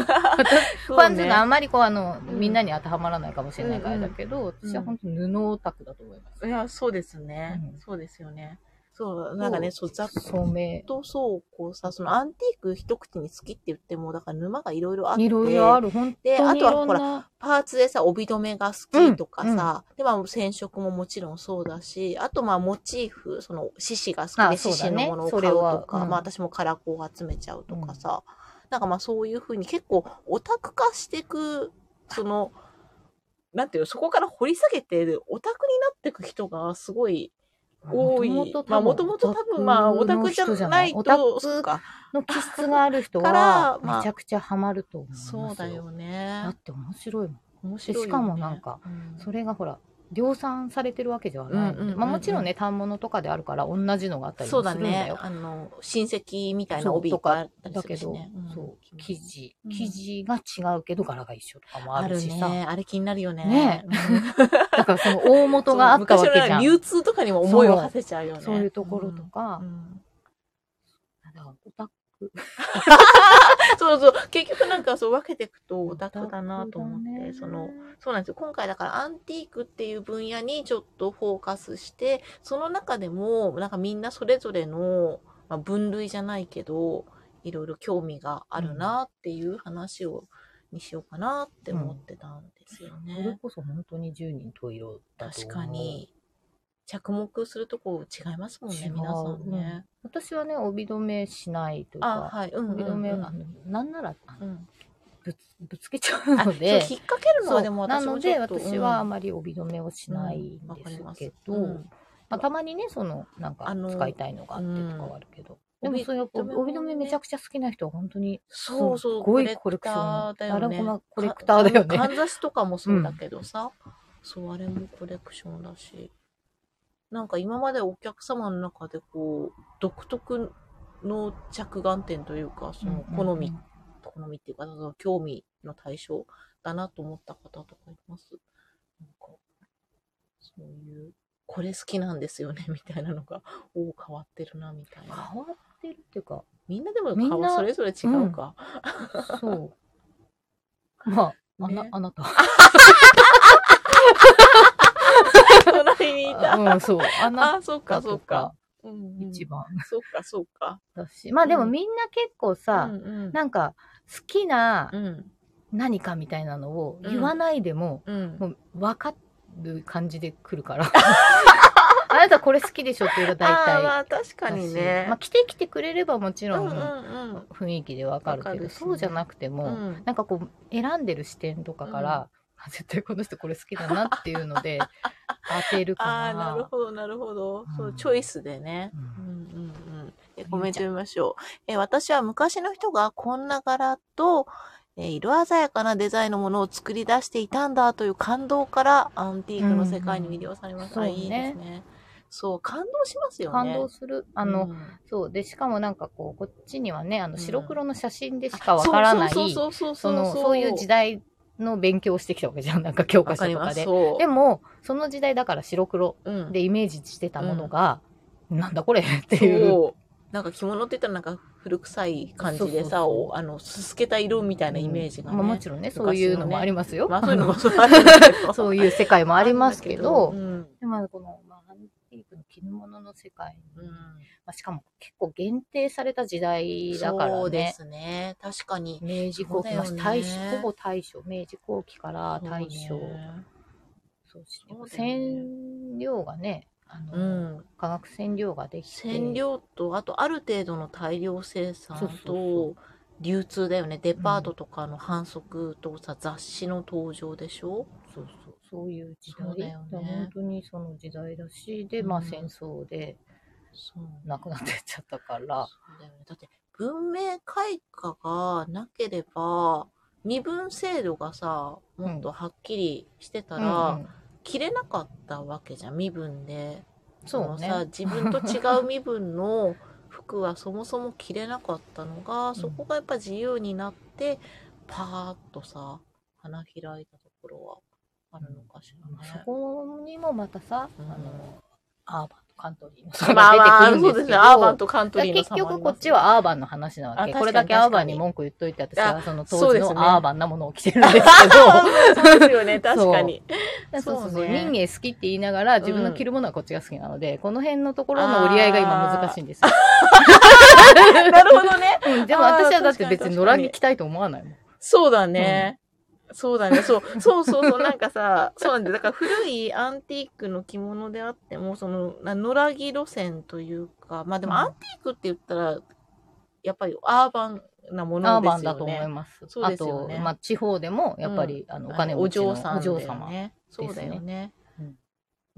フ
まあちょっとあんまりこうあの、
うん
みんなに当てはまらないかもしれないからだけど、
うん
私は本当布オタクだと思います、
いや、そうですね
うん。
そうですよね。そう、なんかね、そう、ざっ
染め
とそう、こうさ、そのアンティーク一口に好きって言っても、だから沼がいろいろあって。
いろいろある本
で
当にいろん
あとは
な
パーツでさ、帯留めが好きとかさ、で、まあ、染色ももちろんそうだし、あと、まあ、モチーフ、その、獅子が好きで、
あそう
獅
だ
子
ね
のものを買うと
それは
か、
うん
まあ、私もカラコを集めちゃうとかさ、なんかまあ、そういうふうに結構、オタク化していく、その、なんていうの、そこから掘り下げて、オタクになっていく人がすごい多い。まあ、もともと多分、まあ、オタクじゃないと、
オタク
そうか
の気質がある人
か
は
ら
めちゃくちゃハマると思います
そうだよ
だ
ね
っ。て面白いもん
面白いよね。
しかもなんか
うん、
それがほら量産されてるわけではないの
うん
で、
うんうんうん
まあ、もちろんね単物とかであるから同じのがあったり
そ
も
うだ
するんだ
ね
よ。
あの、親戚みたい
そ
な
う
帯
と
とかあ
か
ったり
だ
する
け
し
ど、
ね。うん
そう生地
うん
生地が違うけど柄が一緒とかもあ
あ
る
る
しさ、
ね。あれ気になるよね。
ね
うん
だからその大元があったわけじゃ
そう昔の流
ん
通とかにも思いを馳せちゃうよね。
そういうところと
うん
か
う、ん
だからオタク。
そうそう。結局なんかそう分けていくとオタクだなと思っ
オタクだ
て、
ね
その、そうなんですよ。今回だからアンティークっていう分野にちょっとフォーカスして、その中でもなんかみんなそれぞれの、まあ、分類じゃないけど、いろいろ興味があるなっていう話を、にしようかなって思ってたんですよね。
それこそ本当に十人十色だと思う
確かに。着目するとこ違いますもん
違
ね、
う
皆さんね。
私はね帯留めしないという
あ、
か
はい。うん、うん
帯
う
留め、あ
ん。
のなんならあの
うん
ぶつぶつけちゃう
あそう
ので
引っ掛けるの
そう
はでも
な
私
の
もち
で
ょっと
私は
う
あ
ん
まり帯留めをしないん
わ
で
かります
けど、
うん
まあ、たまにねそのなんか
あの
使いたいのがあってとかはあるけど、
うん
でもそういう
帯留めもね
帯留めめちゃくちゃ好きな人は本当に
そうそう、
すっごいコレクション
だよね
あれもコレクターだよね
かかんざしとかもそうだけどさ、そう、あれもコレクションだし。なんか今までお客様の中でこう、独特の着眼点というか、その好み、好みっていうか、その興味の対象だなと思った方とかいます。なんか、そういう、これ好きなんですよね、みたいなのが、おお、変わってるな、みたいな。
変わってるっていう か
みんなでも
みんな
顔それぞれ違うか。
そうまああな,、
ね
あなた
隣にいた。
うん、そう。あな
あ、そう
た
か、そ
と
うか
か。、
うんうん
一番
そうか、そうか。
だし。まあでも
うん
みんな結構さ、
うんうん、
なんか、好きな
うん、
何かみたいなのを言わないでも、
うん。
もう分かる感じで来るから。あなたこれ好きでしょっていうのが
あ
大
ー
体
ま
だ
あ、
し。
確かにね。
まあ来て来てくれればもちろ、
うんんうん
雰囲気で分かるけ
わ
ど
かるしね
そうじゃなくて
う
も、
ん。うん
なんかこう、選んでる視点とかから、あ絶対この人これ好きだなっていう ので、当てるか
ああ、
な。
なるほど、なるほど。そうう、
ん
チョイスでね。
う
うん
ん
うんうんえコメント見ましょう。え私は昔の人がこんな柄と、えー色鮮やかなデザインのものを作り出していたんだという感動からアンティークの世界に魅了されました。
うん
あ
うん
いいです
そ
ね。そう、感動しますよね。
感動する。あ
う
の、
ん
そう。で、しかもなんかこう、こっちにはね、あ
うん
の、白黒の写真でしかわからない、
そう
そ
そうそうそう
の、そういう時
代
代の勉強をしてきたわけじゃん。なんか教科
わ
書
かり
と
ま
か
す。
で。
そう。
でも、その時代だから白黒
うん、
でイメージしてたものが、なんだこれ っていう。
そうなんか着物って言ったらなんか古臭い感じでさ、
そうそうそう
おあの、すすけた色みたいなイメージがね。
まあもちろんね、そういうのもありますよ。
まあそういうのもそうあるんだけど
そういう世界もありま すけど、
うん
でもこの、まあ、アンティークの着物の世界に、
うん
まあ、しかも結構限定された時代だ
そ
から
うで
ね。
すね。確かに。
明治後期、
そうだよ
まあ
ね
大正、ほぼ大正、明治後期から大
そう
正。
ね
そうし
そうだよね
染料がね、あの、
うん。
化学染料ができて。
染料と、あとある程度の大量生産
そうそうそ
と、流通だよね。デパートとかの反則とさ、雑誌の登場でしょ
そうそう。そういう時代。
そうだよね
だから本当にその時代だし、で、ま
う
あ
ん
戦争で
そう。
亡くなってっちゃったから
そ、うだよね。だって、文明開化がなければ、身分制度がさ、もっとはっきりしてたら、
うんうん
着れなかったわけじゃん、身分で。
そう
あのさ
ね。
自分と違う身分の服はそもそも着れなかったのが、そこがやっぱ自由になってパーッとさ花開いたところはあるのかしら
そ
ね。
こにもまたさ、
うん
あの、アーバンとカントリーの差
まあま
が
あ
出てく
そ
る
うんで
ですす
ね
けど、
アーバンとカントリーの
結
差もあり
局こ
ます
っちはアーバンの話な
あ
わ
確
け。
かに
これだけアーバンに文句言っといて、私
あ
はその
そう
当
で
時
すね
のアーバンなものを着てるんです
そうですよ ね確かに。
けど、そうそう
そ
そうう、
ね
民芸好きって言いながら自分の着るものはこっちが好きなので、この辺のところの折り合いが今難しいんです よ。
なるほどね。
うんでも私はだって別に野良に着たいと思わないもん。
そうだね。そうだね。 そう、そうそうそう。なんかさ、そうなんだよ。だから古いアンティークの着物であっても、その、な野良着路線というか、まあで
う
も
ん
アンティークって言ったら、やっぱりアーバンなも
ア
の
ー
で
バ
す
ン
よ
だと思い
ね。
ます。
そう
あ
ですよ
と
ね、
まあ地方でもやっぱり、あのお金
あの
持
お
ちの
嬢さんだよ
お嬢
ね。
様。
そうだよね
うん。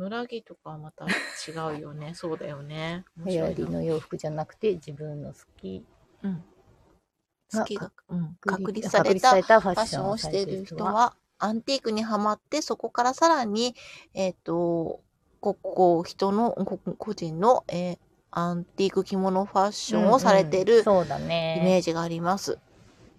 野良着とかはまた違うよね。そうだよね。面
流
白
行
い
り
な
の洋服じゃなくて自分の好き
うん。
が
好きが、うん、確立さ
確
れ
立
た
されたファ
ファ
ッ
ッシ
シ
ョ
ョ
ン
ン
を
を
し
してて
い
い
る
る
人
人
は、アンティークにはまって、そこからさらに、えっ、と、ここ、人の、こ個人の、えーアンティーク着物ファッションをされて
うんう
る
んそうだ
イ
ね。
メージがあります。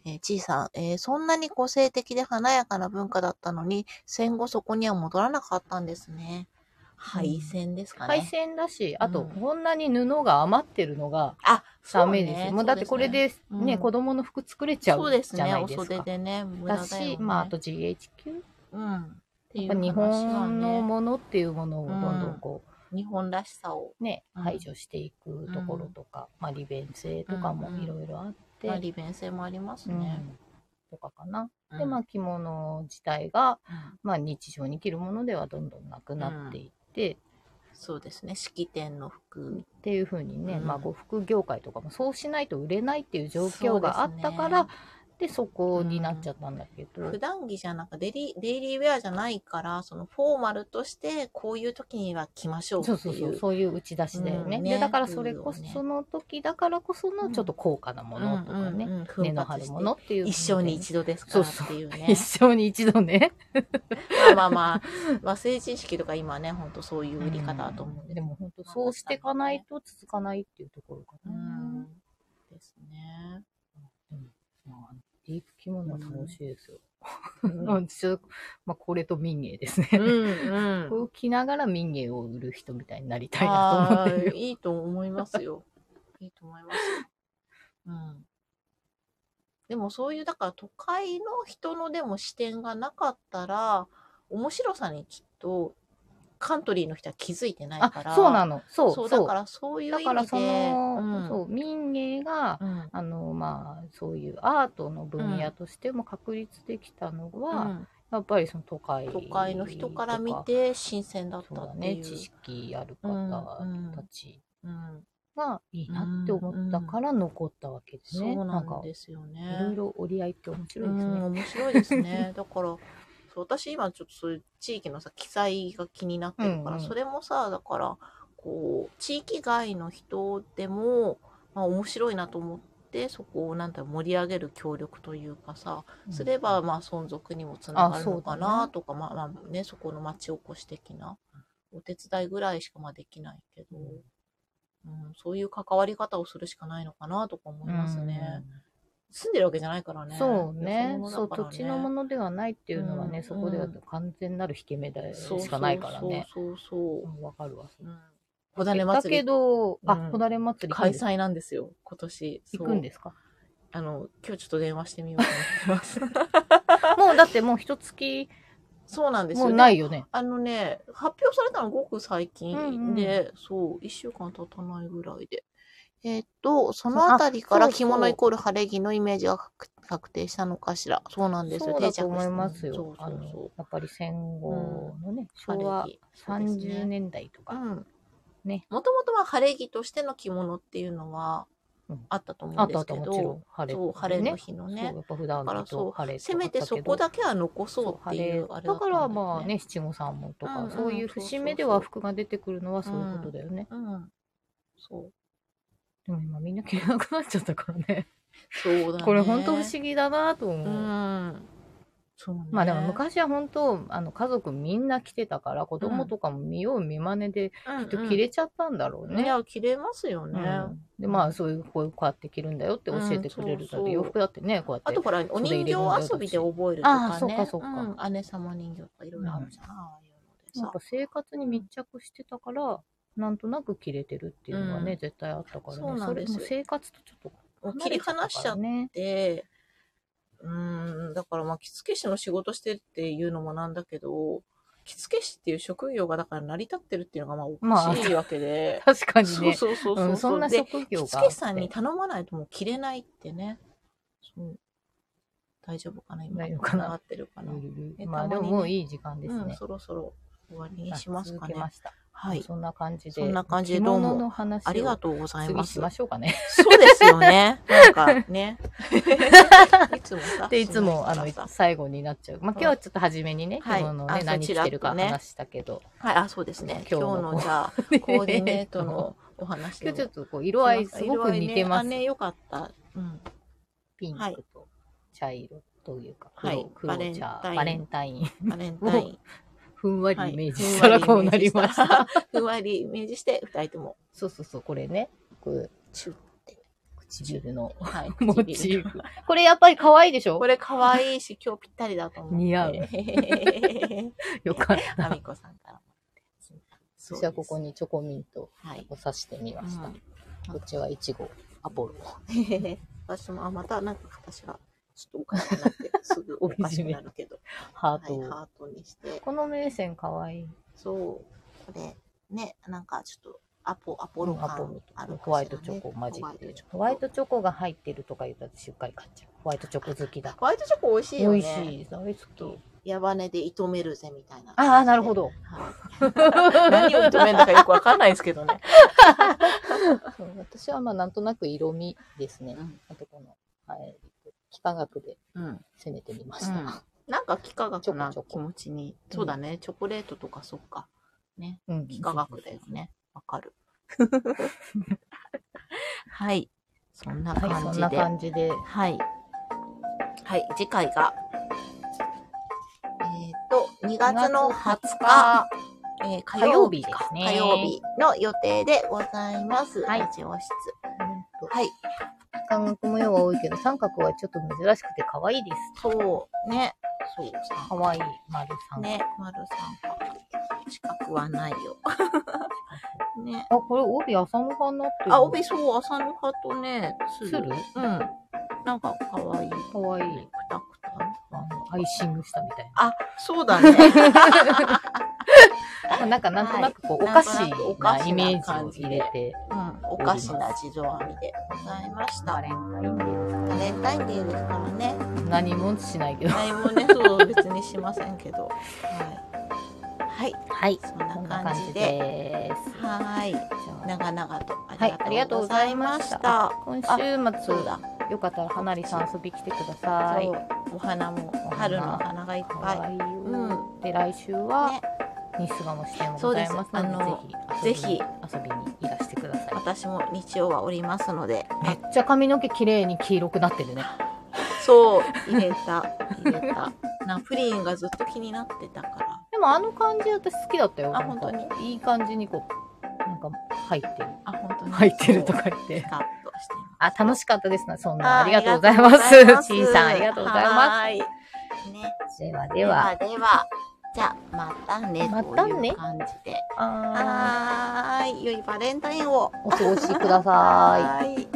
えー、ちいさん、えーそんなに個性的で華やかな文化だったのに、戦後そこには戻らなかったんですね。配線ですかね。
配線だし、あと、
うん
こんなに布が余ってるのが
あ、
ダメですよ。もうだってこれ
っ
で
う
ね、
ん
子供の服作れち
ち
ゃ
ゃう
う
そうです
じゃ
ね。
ない
お
ですか。
袖でね、無駄
だ
だよね。、
しまあ、あと GHQ、
うん。ってい
やっぱ
う
日
話は
本の
ね、
ものっていうものをどんどんこ
日本らしさを、
うね、
うん
排除していくところとか、まあ利便性とかもいろいろあって、
まあ、利便性もあります
うん
ね。
とかかな。
うん
で、まあ着物自体が、まあ日常に着るものではどんどんなくなっていって、
そうですね。式典の服。
っていうふうにね、
うん
まあ、呉服業界とかもそうしないと売れないっていう状況があったから
そうで
で、そこになっちゃったんだけど、
普段着じゃなくデリ、デイリーウェアじゃないから、そのフォーマルとして、こういう時には着ましょうっていう
そ
う。
そうそうそういう打ち出しだよね,、
うん
で
ね
だからそれこ
ってい
そ
うよね
その時だからこそのちょっと高価なものとかね、
うんうんうん
根の張るものっていう
一生に一度ですか
そう
ら
そ
っ
う
ていうね。
一生に一度ね
まあまあまあ、まあ、成人式とか今ね、本当そういう売り方だと思うん
で
で。
も本当そうしていかないと続かないっていうところか
う
な、
ん。です ね。
まあディープ着物は楽しいですよ、
うん
うん、ちょっとまあこれと民芸ですね、
うん
これを着ながら民芸を売る人みたいになりたいなと思
あ
ってる
ーいいと思います よ。いいと思います。うん。でもそういう、だから都会の人のでも視点がなかったら、面白さにきっとカントリーの人は気づいてないから。
あ、そうな
の。
の。そう、
そう、
そ
だ
う。
からそういう意
だ
味で。
からその、
うん
そう、民芸が、
うん。
あの、まあ、そういうアートの分野としても確立できたのは、
うん
やっぱりその都会
都会の人から見
とか、
て新鮮だっ
そう
た
だ
って
ね、
いう。
知識ある方たち
うん
がいいなって思ったから残ったわけですね。
そう
な
なん
か
ん、ですよね。
いろいろ折り合いって面白いです
うん
ね。
面白いです ね。だから、そう私今ちょっとそういう地域のさ、記載が気になってるから、
うんうん
それもさ、だから、こう、地域外の人でも、まあ面白いなと思って、そこをなんだろう盛り上げる協力というかさ、すれば、まあ存続にもつながるのか
あそうだ
な
ね
とか、まあまあね、そこの町おこし的な、お手伝いぐらいしかまあできないけど、うん、そういう関わり方をするしかないのかなとか思いますね。
うん
住んでるわけじゃないからね。
そうね
よものだ
そう、
から
土地のものではないっていうのはね、
うん
そこでは完全なる引け目でしかないからね。
そうそうそう
うんわかるわ。
そう。うん。小種
だ
祭
け
り
ど、あ、
うん
こだれ祭り
開催なんですよ、今年。
行くん
す
ですか
あの、今日ちょっと電話してみようと思って ます。
もうだってもう一月
そうなんです
も
よ。。
うないいよね。
あのね、発表されたのごく最
うんう
近
ん
で、そう、一週間経たないぐらいで。えーっと、そのあたりから
そうそう
着物イコール晴れ着のイメージが確確定したのかしら。そうなんですよ。
そうだと思い
定着して
ますよ。
そう
あ
そう
の
そ、
やっぱり戦後のね、
う。
昭和
晴れ着そうですね
30年代とか、
うん。
ね
もともとは晴れ着としての着物っていうのは
うん
あったと思
あ
うん
っ
で
たあっ
す
た
け
も
ど、
ちろん晴れ、
そう、晴れの日の
そう、
ね
や。っぱ普段
だから
着と
そ
晴れ
せめてそこだけは残そうっていうあれだ
だ
った
か
ん
ら
だ
ま
よ
あね、。七五三もとか、
うんうん
そういう節目で和服が出てくるのはそういうことだよね。
うん。そう。
でも今みんな着れなくなっちゃったからね。
そうだね。
これ本当不思議だなと思う。
うん。そうね。
まあでも昔は本当、あの家族みんな来てたから、子供とかも見よう見まねで、
うん
き
うん、
っと着れちゃったんだろう
い
ね。
や、切れますよ
う
ね。
んで、まあそういう、こういうこうやって着るんだよって教えてくれる
うんそう
の
そう
で、洋服だってね、こうやって。
あとほら、お人形遊びで覚えると
あー
か
そう
ね。
かそうか
うん姉様人形とかいろいろあるじゃん。ああいう
な
の
ん
で
か生活に密着してたから、なんとなく着れてるっていうのはね、
うん
絶対あったからね。
そうなんですよ
れも生活とちょっ
さ
と。
切り離しちゃっ
ね。
で、うーん、だからまあ、着付け師の仕事してるっていうのもなんだけど、着付け師っていう職業がだから成り立ってるっていうのがまあおかしいわけ で、
確かにね。
そうそうそうそう、
うんそんな
で、
職業
着
が。
付け師さんに頼まないともう着れないってね。そう大丈夫かな今。
大丈夫かな
合ってるかな、
うんうん
え
まあ
たま
で
に
も
ね
もういい時間です
うん、
ね。
そろそろ終わりにしますか
あ続
ね
け。ました。
はい。
そんな感じで。
そんな感じで
着
どうも
物の話を
ありがとうござい
次
ます。
しましょうか ね。
そうですよね。なんかね。 いつもさ。
で、いつも、あ
そ
の
な人が、さ
最後になっちゃう。まあ、今日はちょっと初めにね、
はい
着物を
あ
ね、
そう
何着てるか
ちらっとね
話したけど、
はい、あ、そうですね。
今
今
日
日
の
の、じゃ あ、
コ
コーディネートのお話
今日ちょっ
を。
とこう、色合いすごく似て
色合
ま
い
す。
ねあね、よかった。うん。
ピン
はい
クと茶色というか、
はい
黒、黒
バレン
茶、
タイン
バレンタイン。
バレンタイン。
ふんわ
は
り
い
イメージした らこうなりまし。た。
ふんわりイメージしたふんわりイメージして、二人とも、
そうそうそう、これね、こう、
チュッて。
唇の
はい。
モ
唇
チーフ。これやっぱり可愛いでしょ
これ可愛いし、今日ぴ っ たりだと思う。
似合う
う。
よかった。
あみこさんからもらって。
私はここにチョコミント
はい。
を刺してみました。
うん
こっちはイチゴ、アポロ。
私も、あ、またなんか形が、ちょっとおかしくなって、すぐおかしくなるけ ど。
ハ
は
ート
い、
を。
ハートにして。
この名線かわいい。
そう。これ、ね、なんかちょっと、アポ、アポロ
アポロ
感あるかしらね、
ホワイトチョコ混じってる。ホワイトチョコが入ってるとか言ったら私うっかり買っちゃう。ホワイトチョコ好きだ。
ホワイトチョコ美味しい
美
よね。
味しい。大好き。
矢羽で射止めるぜみたいな。
ああ、なる ほ
ど。
ど。
何を射止めるのかよくわかんないですけどね。
うん私はまあなんとなく色味ですね。
うん
あとこの、はい、幾何学で
うん。
攻めてみました。
なんか幾何学な
チョコチョコ
気持ちに。そうだね、チョコレートとかそっか。
うん。
幾何学だよね。わかる。 はい。そんな
そうそうそ
感
う。はい、そん
じ
な
で。
感じで。
はい。はい、次回が、えっ、と、2月の20日、えー火曜日か
火曜日ですね
火曜日の予定でございます。
はい
ラジオ室。
うんと
はい。
幾何学模様は多いけど、三角はちょっと珍しくて可愛いです。
そう、ね。そう、
可愛い丸三角。
ね、丸さんか。近くはないよ。 ね。
あ、これ帯浅野派になってる。
あ、帯そう、浅野派とね、
鶴
うん。なんか可愛い。
可愛い。
くたくた。
あの、アイシングした みたい
あ、そうだ ね。
な。まあなんかなんとなくこう、
はい
お菓子
なんとなくお菓
な
子な
イメージを入れて、
うん、おかしな地蔵編みでございました。
バレンタインデーです
バレンタインデーですからね。
何もしないけど。
何もね、そう別にしませんけど。はい。はい、
はい。
そんな
こんな
感
感
じ
じ
で。
です。
はい。
じゃあ
長々と
はい、ありがとうございまし
あ
た。今週
りがとうございましたそう
末、
だ。
よかったら花りさん遊び来てください。
そう。お花も
お花
春の花がいっ
か
ぱい。
わいい
うん
よ。で、来週
ね
は、日スガもしてもございます
そう
の
で
で、ぜ
あの
ひ遊びに、遊びにいらしてください。
私も日曜はおりますので。
めっちゃ髪の毛綺麗に黄色くなってるね。
そう。入れた。入れ た。なプリンがずっと気になってたから。
でもあの感じ私好きだったよ。
あ
なんか
本当
いい感じにこう、なんか入ってる。
あ、本当に。
入ってるとか
そう。
言って
ス。カッとしてます。
あ、楽しかったですな。そん
あー
な、ありがとうございます。ちいさん、ありがとうございま
はいね、
す。ではで
では
は。
では、じゃあ、またね、
ま
と
たね
いう感じで。
あ
はーい、良いバレンタインを。
ーお過ごしください。
ーい。